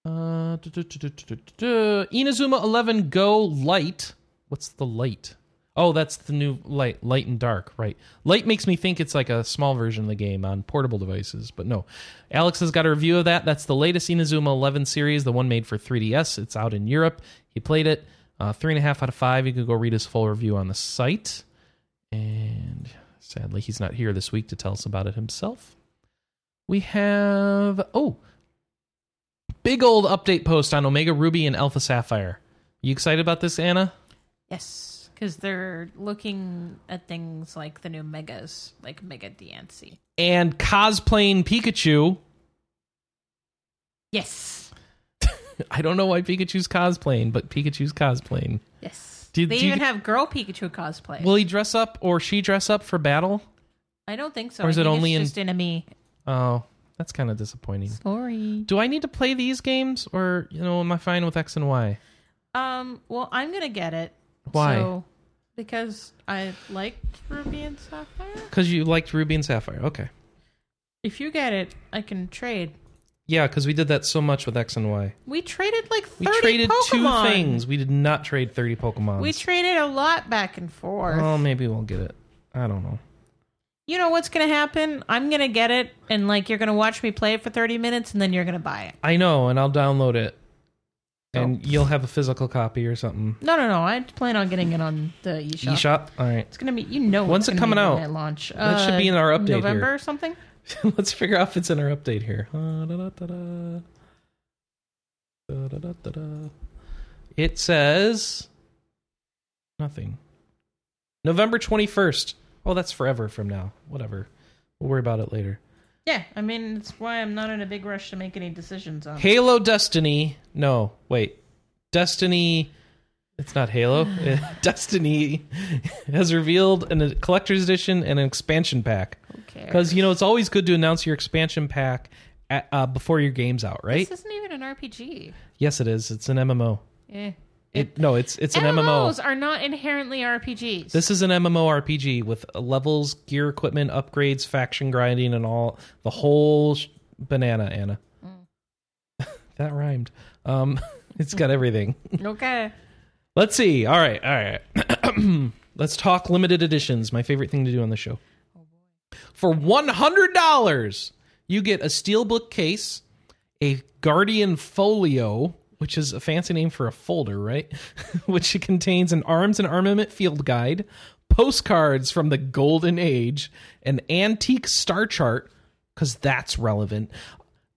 Uh, duh, duh, duh, duh, duh, duh, duh. Inazuma 11 Go Light. What's the light? Oh, that's the new light, light and dark, right? Light makes me think it's like a small version of the game on portable devices, but no. Alex has got a review of that. That's the latest Inazuma 11 series, the one made for 3DS. It's out in Europe. He played it. Uh, three and a half out of five. You can go read his full review on the site. And sadly, he's not here this week to tell us about it himself. We have, oh, big old update post on Omega Ruby and Alpha Sapphire. You excited about this, Anna? yes, because they're looking at things like the new megas, like Mega DNC. And cosplaying Pikachu. Yes, I don't know why Pikachu's cosplaying, but Pikachu's cosplaying. yes. Do- they do you even get- have girl Pikachu cosplay. Will he dress up or she dress up for battle? I don't think so. or I is it think it's only in- just enemy? Oh, that's kind of disappointing. Sorry. Do I need to play these games or, you know, am I fine with X and Y? Um. Well, I'm gonna get it. Why? So because I liked Ruby and Sapphire. Because you liked Ruby and Sapphire. Okay. If you get it, I can trade. Yeah, because we did that so much with X and Y. We traded like We thirty traded Pokemon. two things. We did not trade 30 Pokemon. We traded a lot back and forth. Oh, maybe we'll get it. I don't know. you know what's gonna happen? I'm gonna get it, and like you're gonna watch me play it for thirty minutes, and then you're gonna buy it. I know, and I'll download it. And you'll have a physical copy or something. No, no, no. I plan on getting it on the eShop. eShop? All right. It's gonna be, you know, When's it's it gonna be coming when out? they launch That should Uh, be in our update here. November or something. Let's figure out if it's in our update here. Uh, da-da-da-da. Da-da-da-da-da. It says nothing. November 21st. Oh, that's forever from now. Whatever. We'll worry about it later. Yeah, I mean, it's why I'm not in a big rush to make any decisions on. it. Uh-huh. Halo Destiny. No, wait. Destiny. It's not Halo. Destiny has revealed an, a collector's edition and an expansion pack. Okay. Because, you know, it's always good to announce your expansion pack at, uh, before your game's out, right? This isn't even an RPG. Yes, it is. It's an MMO. Yeah. It no, it's it's an MMOs MMO. are not inherently RPGs. This is an MMORPG with uh, levels, gear, equipment, upgrades, faction grinding, and all the whole sh- banana. Anna, that rhymed. Um, it's got everything. okay. Let's see. All right, all right. Let's talk limited editions. My favorite thing to do on the show. For one hundred dollars, you get a steelbook case, a Guardian Folio, which is a fancy name for a folder, right? which contains an arms and armament field guide, postcards from the Golden Age, an antique star chart, because that's relevant.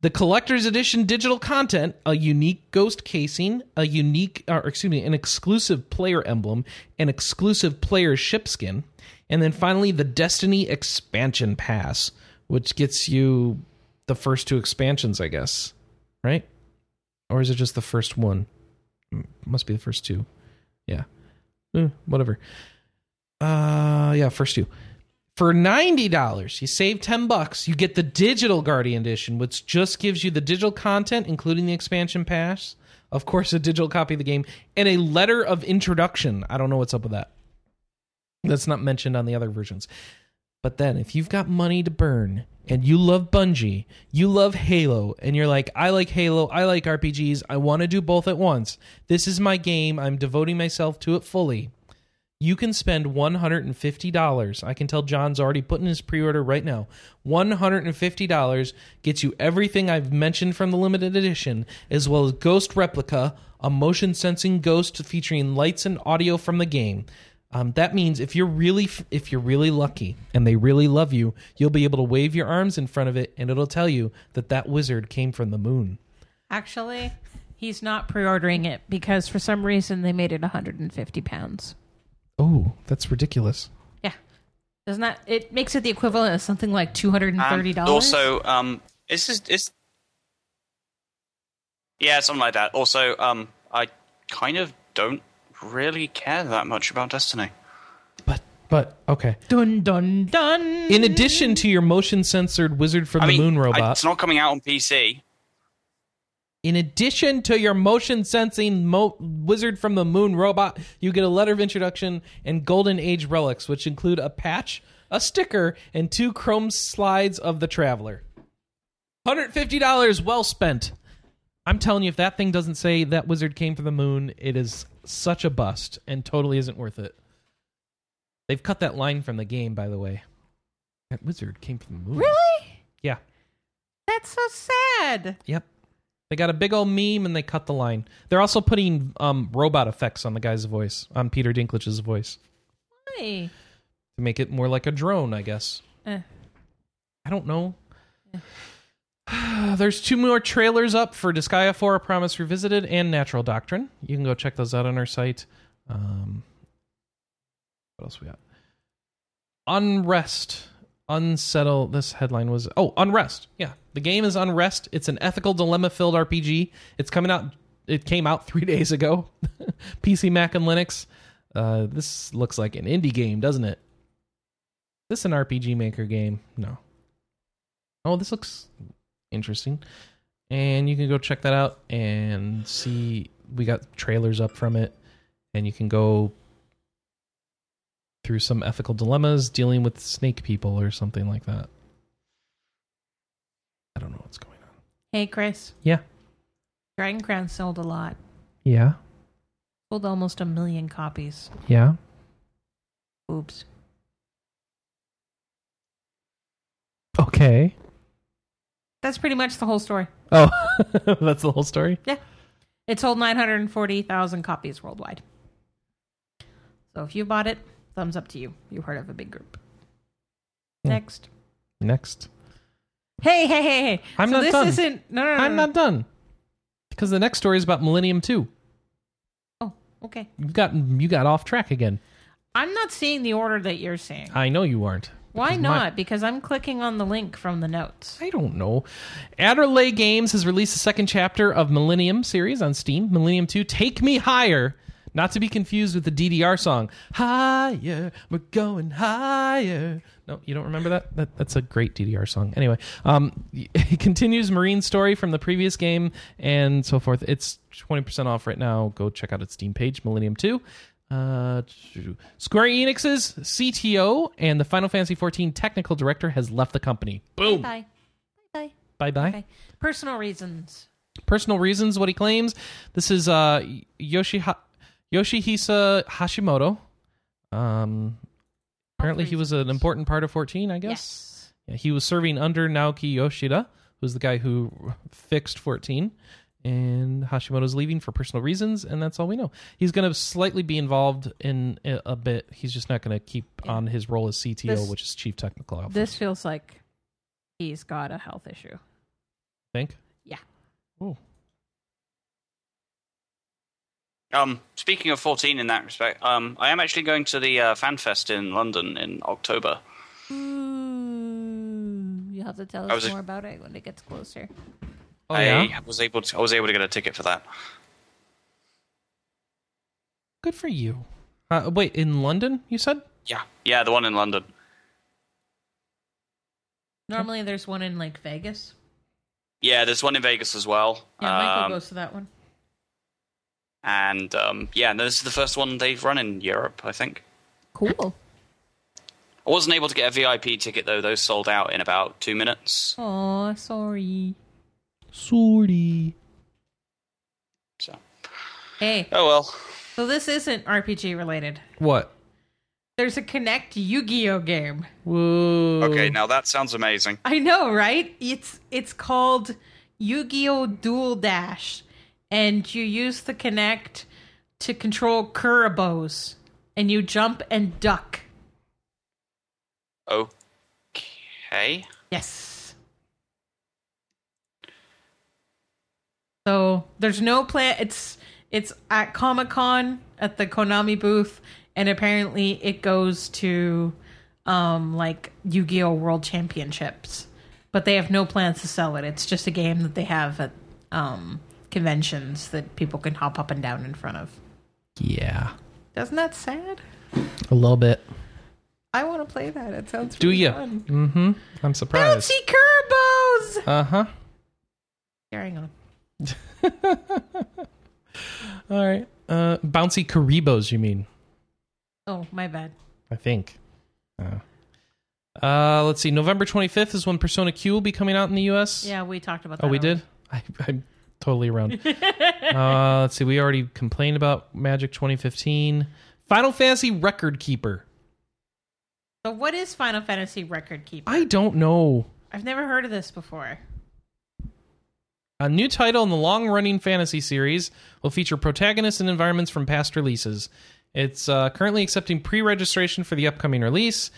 The collector's edition digital content, a unique ghost casing, a unique, uh, or excuse me, an exclusive player emblem, an exclusive player ship skin, and then finally the Destiny expansion pass, which gets you the first two expansions, I guess, right? Or is it just the first one? Mm, Must be the first two. Yeah. Eh, whatever. Uh, yeah, first two for ninety dollars, you save ten bucks. You get the digital Guardian edition, which just gives you the digital content, including the expansion pass, of course, a digital copy of the game, and a letter of introduction. I don't know what's up with that. That's not mentioned on the other versions. But then, if you've got money to burn and you love Bungie, you love Halo, and you're like, I like Halo, I like RPGs, I want to do both at once. This is my game. I'm devoting myself to it fully you can spend $150. I can tell John's already putting his pre order right now. $150 gets you everything I've mentioned from the limited edition, as well as Ghost Replica, a motion sensing ghost featuring lights and audio from the game. Um, that means if you're really if you're really lucky and they really love you, you'll be able to wave your arms in front of it, and it'll tell you that that wizard came from the moon. Actually, he's not pre-ordering it because for some reason they made it 150 pounds. Oh, that's ridiculous. Yeah. Doesn't that it makes it the equivalent of something like two hundred and And thirty dollars? Also, um, is this is yeah, something like that. Also, um, I kind of don't really care that much about Destiny. But but okay. dun dun dun. In addition to your motion censored wizard from I the mean, moon I- robot, it's not coming out on PC. in addition to your motion sensing mo- wizard from the moon robot, you get a letter of introduction and golden age relics, which include a patch, a sticker, and two chrome slides of the traveler. $150 well spent. I'm telling you, if that thing doesn't say that wizard came from the moon, it is such a bust and totally isn't worth it. They've cut that line from the game, by the way. That wizard came from the moon. really, Yeah. that's so sad. Yep. They got a big old meme and they cut the line. They're also putting um, robot effects on the guy's voice, on Peter Dinklage's voice, Why? to make it more like a drone, I guess. Eh. I don't know. There's two more trailers up for Disgaea 4, A Promise Revisited, and Natural Doctrine. You can go check those out on our site. Um, what else we got? Unrest. Unsettle. This headline was. Oh, Unrest. Yeah. The game is Unrest. It's an ethical dilemma filled RPG. It's coming out. It came out three days ago. PC, Mac, and Linux. Uh, this looks like an indie game, doesn't it? This an RPG Maker game? No. Oh, this looks interesting. And you can go check that out and see. We got trailers up from it, and you can go through some ethical dilemmas dealing with snake people or something like that. I don't know what's going on. Hey, Chris, Yeah. Dragon Crown sold a lot. Yeah. Sold almost a million copies. Yeah. Oops. Okay. That's pretty much the whole story. Oh, that's the whole story? It sold 940,000 copies worldwide. So if you bought it, thumbs up to you. You heard of a big group. Hmm. Next. Next. Hey, hey, hey, hey. I'm so not this done. isn't. No, no, no. I'm no. not done. Because the next story is about Millennium 2. Oh, okay. You've gotten you got off track again. I'm not seeing the order that you're seeing. I know you aren't. Why because not? my- Because I'm clicking on the link from the notes. I don't know. Adderley Games has released the second chapter of Millennium series on Steam. Millennium 2, Take Me Higher. Not to be confused with the DDR song. Higher, we're going higher. No, you don't remember that? that that's a great DDR song. Anyway, um, it continues Marine's story from the previous game and so forth. It's 20% off right now. Go check out its Steam page, Millennium 2. Uh, Square Enix's CTO and the Final Fantasy XIV technical director has left the company. Boom. Bye. Oh. Bye. Bye bye. Okay. Personal reasons. Personal reasons, what he claims. This is uh, Yoshi Yoshihisa Hashimoto. Um, apparently, he was an important part of 14, I guess. Yes. Yeah, he was serving under Naoki Yoshida, who's the guy who fixed 14. And Hashimoto's leaving for personal reasons, and that's all we know. He's going to slightly be involved in a, a bit. He's just not going to keep on his role as CTO, This- which is Chief Technical Officer. This feels like he's got a health issue. I think. Um, speaking of 14 in that respect, um, I am actually going to the uh, FanFest in London in October. Ooh, you'll have to tell I us was- more about it when it gets closer. Oh, I yeah. was able to I was able to get a ticket for that. Good for you. Uh, wait, in London, you said? Yeah, yeah, the one in London. Normally, there's one in like Vegas. Yeah, there's one in Vegas as well. Yeah, Michael Um, goes to that one. And um, yeah, no, this is the first one they've run in Europe, I think. Cool. I wasn't able to get a VIP ticket though; those sold out in about two minutes. Oh, sorry. Sorry. So, Hey, oh well. so this isn't RPG related. What? There's a Connect Yu-Gi-Oh game. Whoa. Okay, now that sounds amazing. I know, right? It's it's called Yu-Gi-Oh Dual Dash, and you use the Connect to control Kurabos, and you jump and duck. Okay, Yes. So there's no plan. It's it's at Comic Con at the Konami booth, and apparently it goes to um like Yu-Gi-Oh World Championships, but they have no plans to sell it. It's just a game that they have at um conventions that people can hop up and down in front of. Yeah. Doesn't that sad? A little bit. I want to play that. It sounds Do really you? fun. Mm hmm. I'm surprised. Bouncy Kurbos. Uh huh. Carrying on. All right. Uh, bouncy Karibos, you mean? Oh my bad. I think. Uh, uh, let's see. November 25th is when Persona Q will be coming out in the U.S. Yeah, we talked about that. Oh, we already. did? I, I'm totally around. uh, let's see. We already complained about Magic 2015. Final Fantasy Record Keeper. So what is Final Fantasy Record Keeper? I don't know. I've never heard of this before. A new title in the long running fantasy series will feature protagonists and environments from past releases. It's uh, currently accepting pre registration for the upcoming release,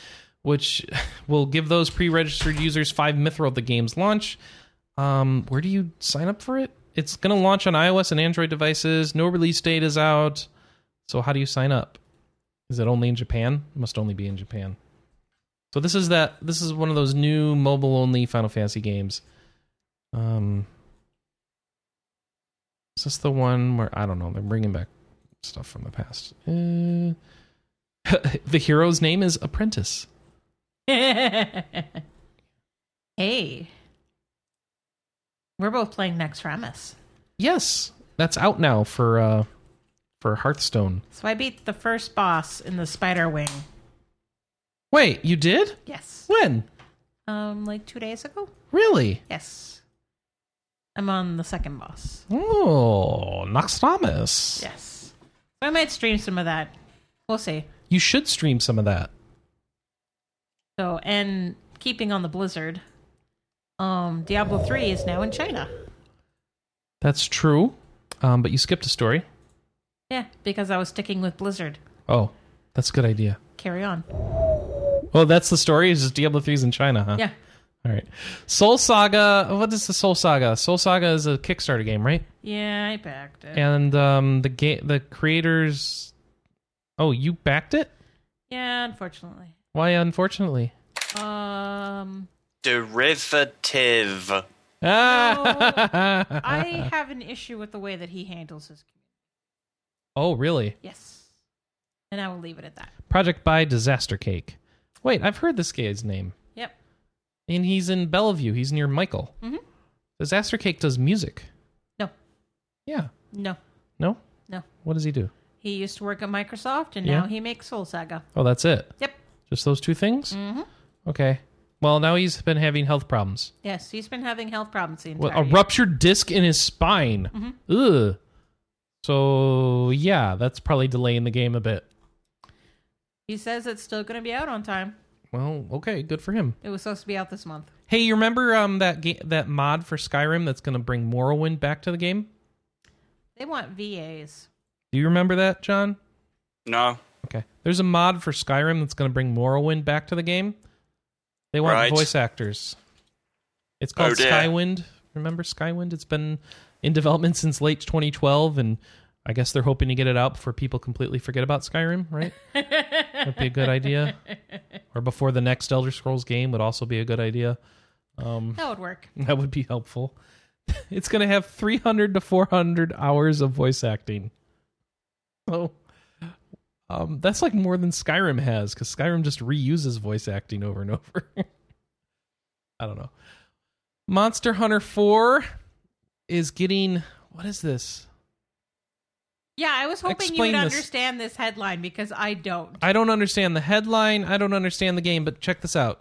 which will give those pre registered users five mithril at the game's launch. Um, where do you sign up for it? It's going to launch on iOS and Android devices. No release date is out. So, how do you sign up? Is it only in Japan? It must only be in Japan. So this is that this is one of those new mobile only Final Fantasy games. Um is this the one where I don't know? They're bringing back stuff from the past. Uh, the hero's name is Apprentice. hey. We're both playing Next Ramus. Yes, that's out now for uh, for Hearthstone. So I beat the first boss in the spider wing. Wait, you did? Yes. When? Um, like two days ago. Really? Yes. I'm on the second boss. Oh, Nostradamus. Yes. I might stream some of that. We'll see. You should stream some of that. So, and keeping on the Blizzard, um, Diablo 3 is now in China. That's true. Um, but you skipped a story. Yeah, because I was sticking with Blizzard. Oh, that's a good idea. Carry on. Well, that's the story. Is just Diablo 3's in China, huh? Yeah. All right. Soul Saga. What is the Soul Saga? Soul Saga is a Kickstarter game, right? Yeah, I backed it. And um, the game, the creators. Oh, you backed it? Yeah, unfortunately. Why? Unfortunately. Um, Derivative. Ah. I have an issue with the way that he handles his. oh, really? Yes. And I will leave it at that. Project by Disaster Cake. Wait, I've heard this guy's name, Yep. and he's in Bellevue. He's near Michael. Mhm. Disaster Cake does music. No. Yeah. No. No. No. What does he do? He used to work at Microsoft, and Yeah. now he makes Soul Saga. Oh, that's it. Yep. Just those two things. Mm-hmm. Okay. Well, now he's been having health problems. Yes, he's been having health problems the entire Well, a year. ruptured disc in his spine. Ugh. So yeah, that's probably delaying the game a bit. He says it's still going to be out on time. Well, okay, good for him. It was supposed to be out this month. Hey, you remember um that ga- that mod for Skyrim that's going to bring Morrowind back to the game? They want VAs. Do you remember that, John? No. Okay. There's a mod for Skyrim that's going to bring Morrowind back to the game. They want Right. voice actors. It's called Oh, dear. Skywind. Remember Skywind? It's been in development since late 2012, and I guess they're hoping to get it out before people completely forget about Skyrim, right? That'd be a good idea. Or before the next Elder Scrolls game would also be a good idea. That would work. That would be helpful. It's going to have 300 to 400 hours of voice acting. Oh. Um, that's like more than Skyrim has cuz Skyrim just reuses voice acting over and over. I don't know. Monster Hunter 4 is getting what is this? Yeah, I was hoping Explain you would this. understand this headline because I don't. I don't understand the headline, I don't understand the game, but check this out.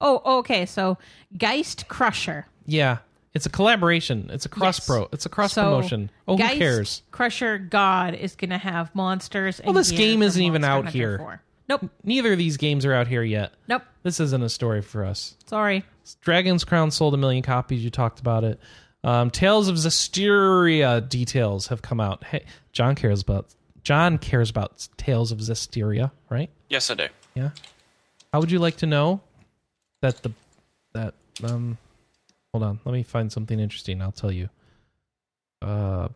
Oh, okay. So, Geist Crusher. Yeah. It's a collaboration. It's a cross pro. It's a cross So, promotion. Oh, Geist who cares? Crusher God is going to have monsters. and Well, this gear game from isn't even Monster out Hunter here. 4. Nope. Neither of these games are out here yet. Nope. This isn't a story for us. Sorry. Dragon's Crown sold a million copies. You talked about it. Um, Tales of Zestiria details have come out. Hey, John cares about John cares about Tales of Zestiria, right? Yes, I do. Yeah. How would you like to know that the that um hold on, let me find something interesting. I'll tell you. Uh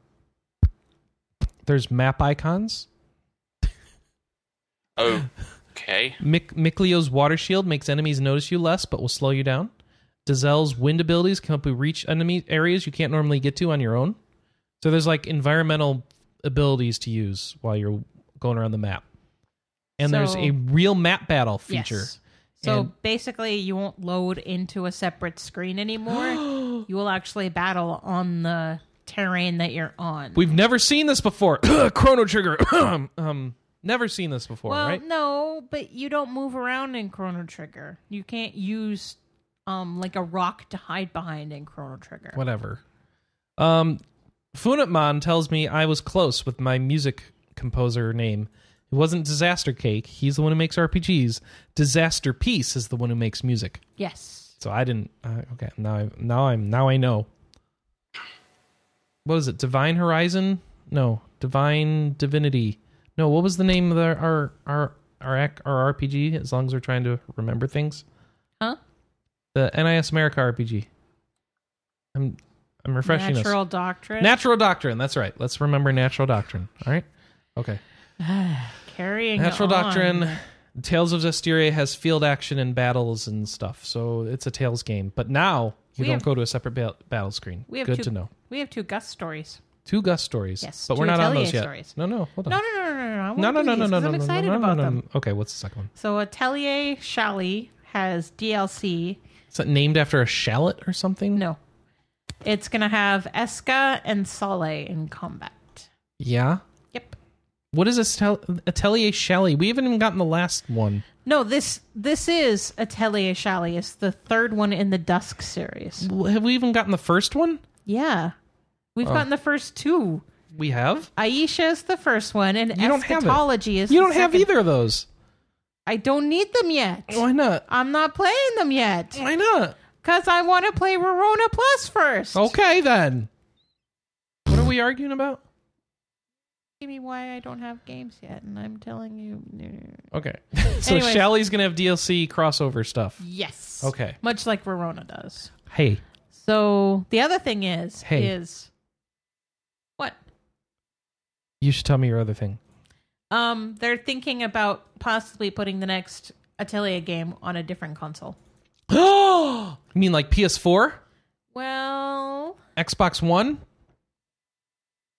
there's map icons. Okay. Mic- Micleo's water shield makes enemies notice you less, but will slow you down. Dazelle's wind abilities can help you reach enemy areas you can't normally get to on your own. So there's like environmental abilities to use while you're going around the map. And there's So- a real map battle feature. Yes. So And- basically, you won't load into a separate screen anymore. you will actually battle on the terrain that you're on. We've never seen this before. Chrono Trigger. um, never seen this before, well, right? no, but you don't move around in Chrono Trigger. You can't use um like a rock to hide behind in Chrono Trigger. Whatever. Um, Funatman tells me I was close with my music composer name. It wasn't Disaster Cake. He's the one who makes RPGs. Disaster Piece is the one who makes music. Yes. So I didn't. Uh, okay, now I now I'm now I know. What is it? Divine Horizon? No, Divine Divinity. No, what was the name of the, our our our ac- our RPG? As long as we're trying to remember things, Huh? the NIS America RPG. I'm I'm refreshing us. Natural doctrine. Natural Doctrine. That's right. Let's remember Natural Doctrine. All right. Okay. Carrying Natural on. Doctrine. Tales of Zestiria has field action and battles and stuff, so it's a Tales game. But now you We don't have- go to a separate ba- battle screen. We have Good two, to know. We have two Gust stories. Two Gust stories. Yes, but two we're not on Atelier those yet. stories. No, no, hold on. No, no, no, no, no, no. I wanna no, no, do no, no, these no, 'cause no, no, I'm excited no, no, about no, them. no. Okay, what's the second one? So Atelier Shally has DLC. Is that named after a shallot or something? No. It's going to have Eska and Sale in combat. Yeah. Yep. What is Estel- Atelier Chalet? We haven't even gotten the last one. No, this this is Atelier Chalet. It's the third one in the Dusk series. Well, Have we even gotten the first one? Yeah. Oh. We've gotten the first two. We have. Aisha is the first one, and You don't have it. eschatology is You the don't have second. either of those. I don't need them yet. Why not? I'm not playing them yet Why not? because I want to play Rorona Plus first. Okay then. What are we arguing about? Give me why I don't have games yet, and I'm telling you. Okay. so Anyways. Shally's gonna have DLC crossover stuff. Yes. Okay. Much like Rorona does. Hey, So the other thing is Hey. is what you should tell me your other thing. um they're thinking about possibly putting the next Atelier game on a different console. you mean like PS4, Well, Xbox One?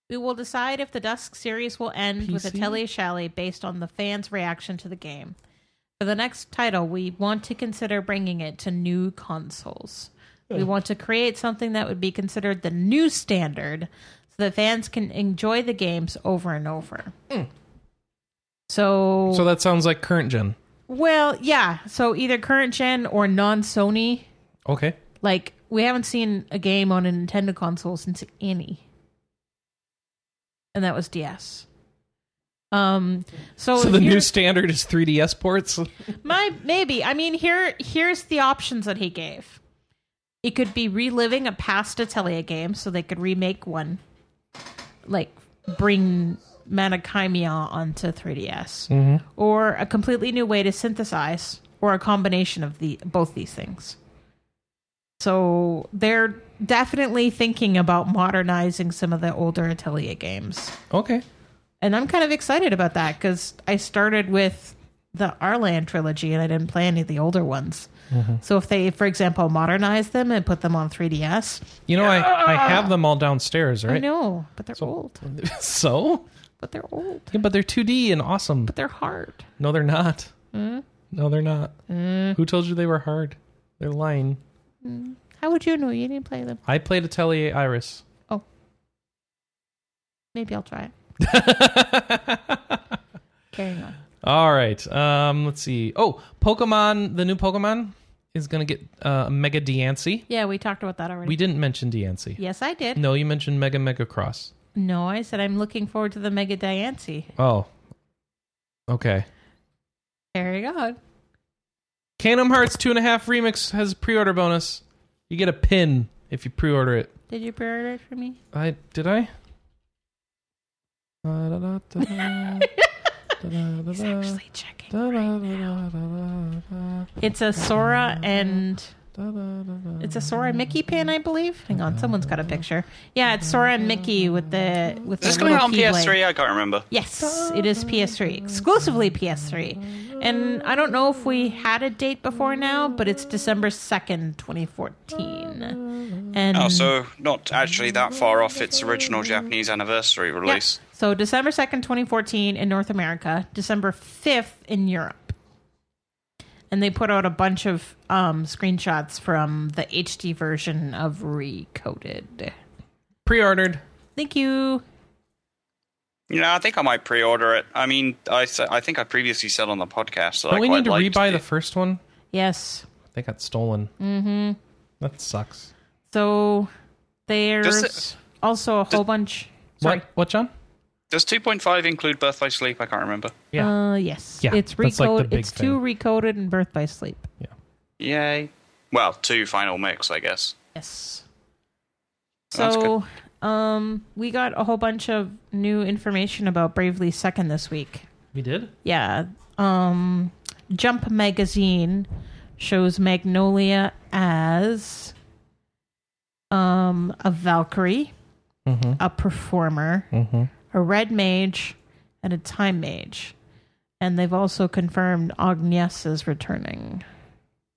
we will decide if the Dusk series will end with PC? Atelier Chalet based on the fans' reaction to the game. For the next title, we want to consider bringing it to new consoles. We want to create something that would be considered the new standard so that fans can enjoy the games over and over. So, So that sounds like current gen. well, yeah. So either current gen or non Sony. Okay. Like, we haven't seen a game on a Nintendo console since Annie. And that was DS. Um, so, So the if new you're- standard is 3DS ports. my maybe. I mean, here here's the options that he gave. It could be reliving a past Atelier game, so they could remake one, like bring Manichemia onto 3DS, or a completely new way to synthesize, or a combination of the both these things. So they're definitely thinking about modernizing some of the older Atelier games Okay. and I'm kind of excited about that because I started with the Arlan trilogy and I didn't play any of the older ones. Mm-hmm. So if they, for example, modernize them and put them on 3DS, You know, I, I have them all downstairs, I right? know, but they're old. So? But they're old. Yeah, but they're 2D and awesome. But they're hard. No, they're not. Hmm? No, they're not. Who told you they were hard? They're lying. How would you know? You didn't play them. I played Atelier Iris. Maybe I'll try it. Carrying on. All right. Um, let's see. Oh, Pokemon, the new Pokemon is going to get uh, Mega Deancey. Yeah, we talked about that already. We didn't mention Deancey. yes, I did. No, you mentioned Mega Mega Cross. No, I said I'm looking forward to the Mega Diancie. Oh. Okay. Carrying on. Kingdom Hearts 2.5 Remix has a pre order bonus. You get a pin if you pre order it. Did you pre-order it for me? I did I? Da-da-da-da-da, da-da-da-da, He's actually checking. da-da-da-da-da, It's a Sora and da-da-da-da. It's a Sora and Mickey pin, I believe. Hang on, someone's got a picture. Yeah, it's Sora and Mickey with the with Is this the coming out little on keyblade. PS3? I can't remember. Yes, it is PS3 exclusively PS3, and I don't know if we had a date before now, but it's December second, twenty fourteen, and Oh, so Hmm. not actually that far off its original Japanese anniversary Yeah. release. So December second, twenty fourteen, in North America, December fifth in Europe, and they put out a bunch of um, screenshots from the HD version of Recoded. pre ordered. Thank you. You know, I think I might pre-order it. I mean, I, s- I think I previously said on the podcast that I Don't we quite need to liked rebuy the first one? Yes. They got stolen. Mm-hmm. That sucks. So there's Does also a whole bunch. Sorry. What what John? Does 2.5 include Birth by Sleep? I can't remember. Yeah. Uh, yes. Yeah, It's that's like the recoded. big it's two recoded and Birth by Sleep. Yeah. Yay. Well, two final mix, I guess. Yes. Sounds So um, we got a whole bunch of new information about Bravely Second this week. We did? Yeah. Um, Jump magazine shows Magnolia as um, a Valkyrie, a performer, a red mage, and a time mage. And they've also confirmed Agnes is returning.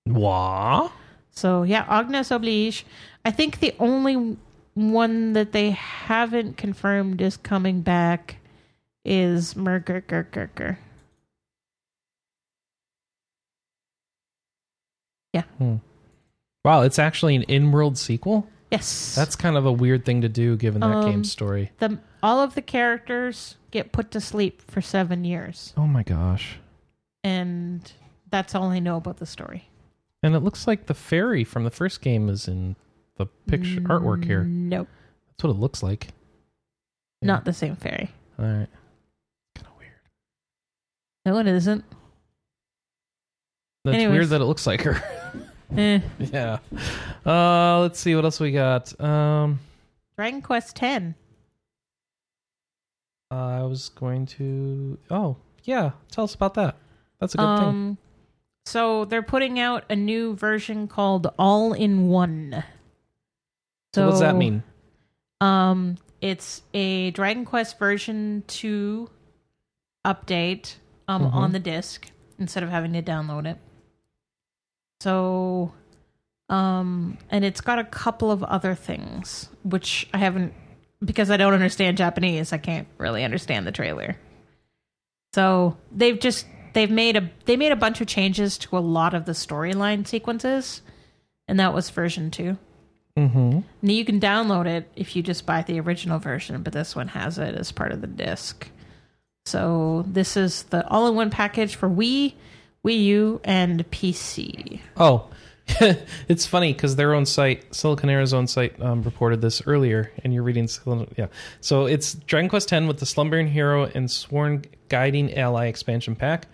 Wah. So yeah, Agnes oblige. I think the only one that they haven't confirmed is coming back is Murgurgurgurgur. Wow, it's actually an in world sequel? Yes, That's kind of a weird thing to do given that Um, game's story. the All of the characters get put to sleep for seven years, Oh my gosh. and that's all I know about the story. And it looks like the fairy from the first game is in the picture artwork here. Mm, Nope, That's what it looks like. Yeah. not the same fairy. All right. Kind of weird. No, it isn't. That's Anyways. weird that it looks like her. Eh. yeah. Uh, let's see what else we got. Um, Dragon Quest Ten. I was going to. Oh, yeah. Tell us about that. That's a good thing. um, so they're putting out a new version called All in One. So, what does that mean? Um, it's a Dragon Quest version two update um Mhm. on the disc instead of having to download it. So, um, and it's got a couple of other things which I haven't because I don't understand Japanese. I can't really understand the trailer. So they've just they've made a they made a bunch of changes to a lot of the storyline sequences, and that was version two. Mm-hmm. Now you can download it if you just buy the original version, but this one has it as part of the disc. So this is the all-in-one package for Wii, Wii U, and PC. Oh, it's funny because their own site, Silicon Air's own site, um, reported this earlier, and you're reading. Sil- Yeah, so it's Dragon Quest X with the Slumbering Hero and Sworn Guiding Ally expansion pack,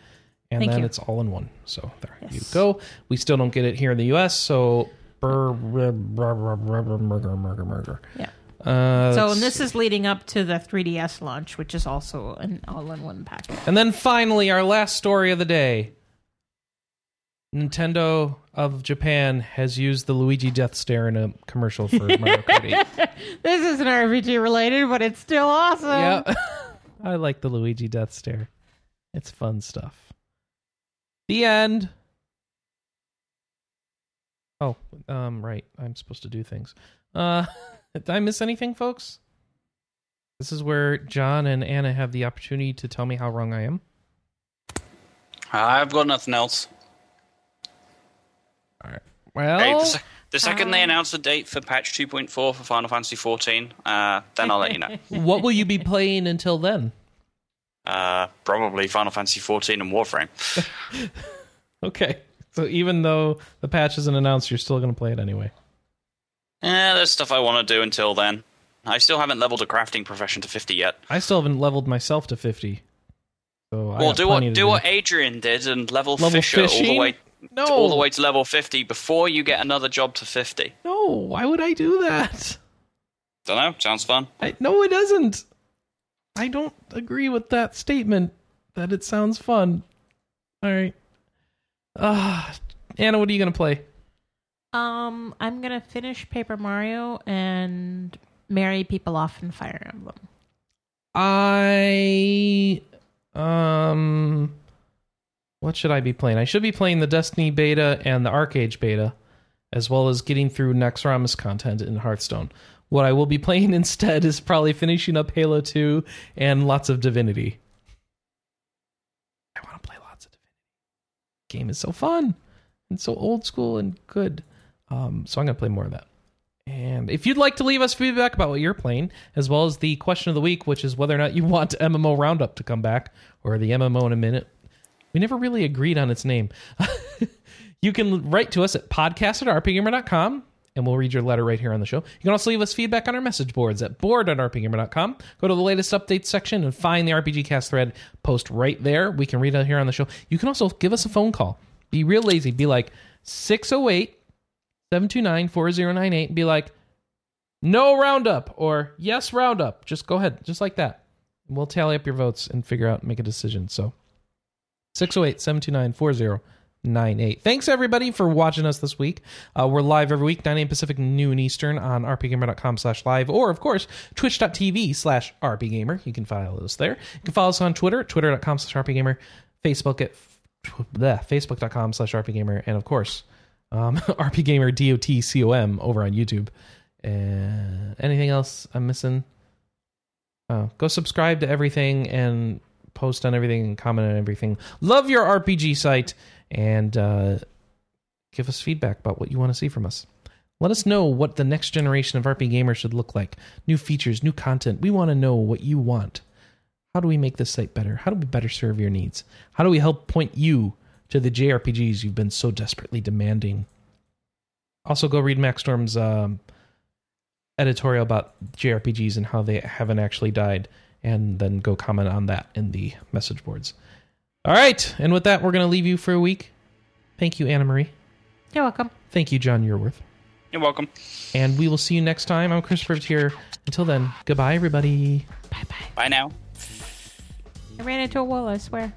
and Thank then you. it's all in one. So there you Yes. go. We still don't get it here in the U.S. So. Brr, brr, brr, brr, brr, brr, murder, murder, murder. Yeah. Uh, So let's and this see. is leading up to the 3DS launch, which is also an all-in-one package. and then finally, our last story of the day. Nintendo of Japan has used the Luigi death stare in a commercial for Mario Kart 8. This isn't RPG related, but it's still awesome. yeah. I like the Luigi death stare. It's fun stuff. The end. Oh, um, right. I'm supposed to do things. Uh, did I miss anything, folks? This is where John and Anna have the opportunity to tell me how wrong I am. I've got nothing else. All right. Well, Okay, the, se- the second Uh. they announce the date for patch 2.4 for Final Fantasy 14, uh, then I'll let you know. what will you be playing until then? Uh, probably Final Fantasy 14 and Warframe. Okay. So even though the patch isn't announced, you're still going to play it anyway. Eh, there's stuff I want to do until then. I still haven't leveled a crafting profession to 50 yet. I still haven't leveled myself to 50. So I Well, got do what plenty do, to what Adrian did and level, Level Fisher all fishing? the way No. all the way to level 50 before you get another job to 50. No, why would I do that? Don't know. Sounds fun. I, no, it doesn't. I don't agree with that statement that it sounds fun. All right. Ah, Anna, what are you going to play? Um, I'm gonna finish Paper Mario and marry people off in Fire Emblem. I um what should I be playing? I should be playing the Destiny beta and the Arcade beta as well as getting through Naxxramas content in Hearthstone. What I will be playing instead is probably finishing up Halo 2 and lots of Divinity. I want to play lots of Divinity. Game is so fun and so old school and good. Um, so I'm going to play more of that. And if you'd like to leave us feedback about what you're playing, as well as the question of the week, which is whether or not you want MMO Roundup to come back or the MMO in a minute, we never really agreed on its name. you can write to us at podcast at rpgamer.com and we'll read your letter right here on the show. You can also leave us feedback on our message boards at board.rpgamer.com. Go to the latest updates section and find the RPG cast thread post right there. We can read it here on the show. You can also give us a phone call. Be real lazy. Be like 608- 729-4098 and be like no roundup or yes roundup just go ahead just like that we'll tally up your votes and figure out make a decision so 608-729-4098 thanks everybody for watching us this week uh, we're live every week 9 a.m pacific noon eastern on rpgamer.com slash live or of course twitch.tv slash rpgamer you can follow us there you can follow us on twitter at twitter.com slash rpgamer facebook at tw- bleh, facebook.com slash rpgamer and of course um, rpgamer dotcom over on youtube and anything else i'm missing Oh, go subscribe to everything and post on everything and comment on everything. Love your RPG site and uh, give us feedback about what you want to see from us. Let us know what the next generation of RP gamers should look like. New features, new content. We want to know what you want. How do we make this site better? How do we better serve your needs? How do we help point you to the JRPGs you've been so desperately demanding? Also, go read Max Storm's um, editorial about JRPGs and how they haven't actually died, and then go comment on that in the message boards. All right, and with that, we're going to leave you for a week. Thank you, Anna Marie. You're welcome. Thank you, John Yearworth. You're welcome. And we will see you next time. I'm Christopher here. Until then, goodbye, everybody. Bye bye. Bye now. I ran into a wall, I swear.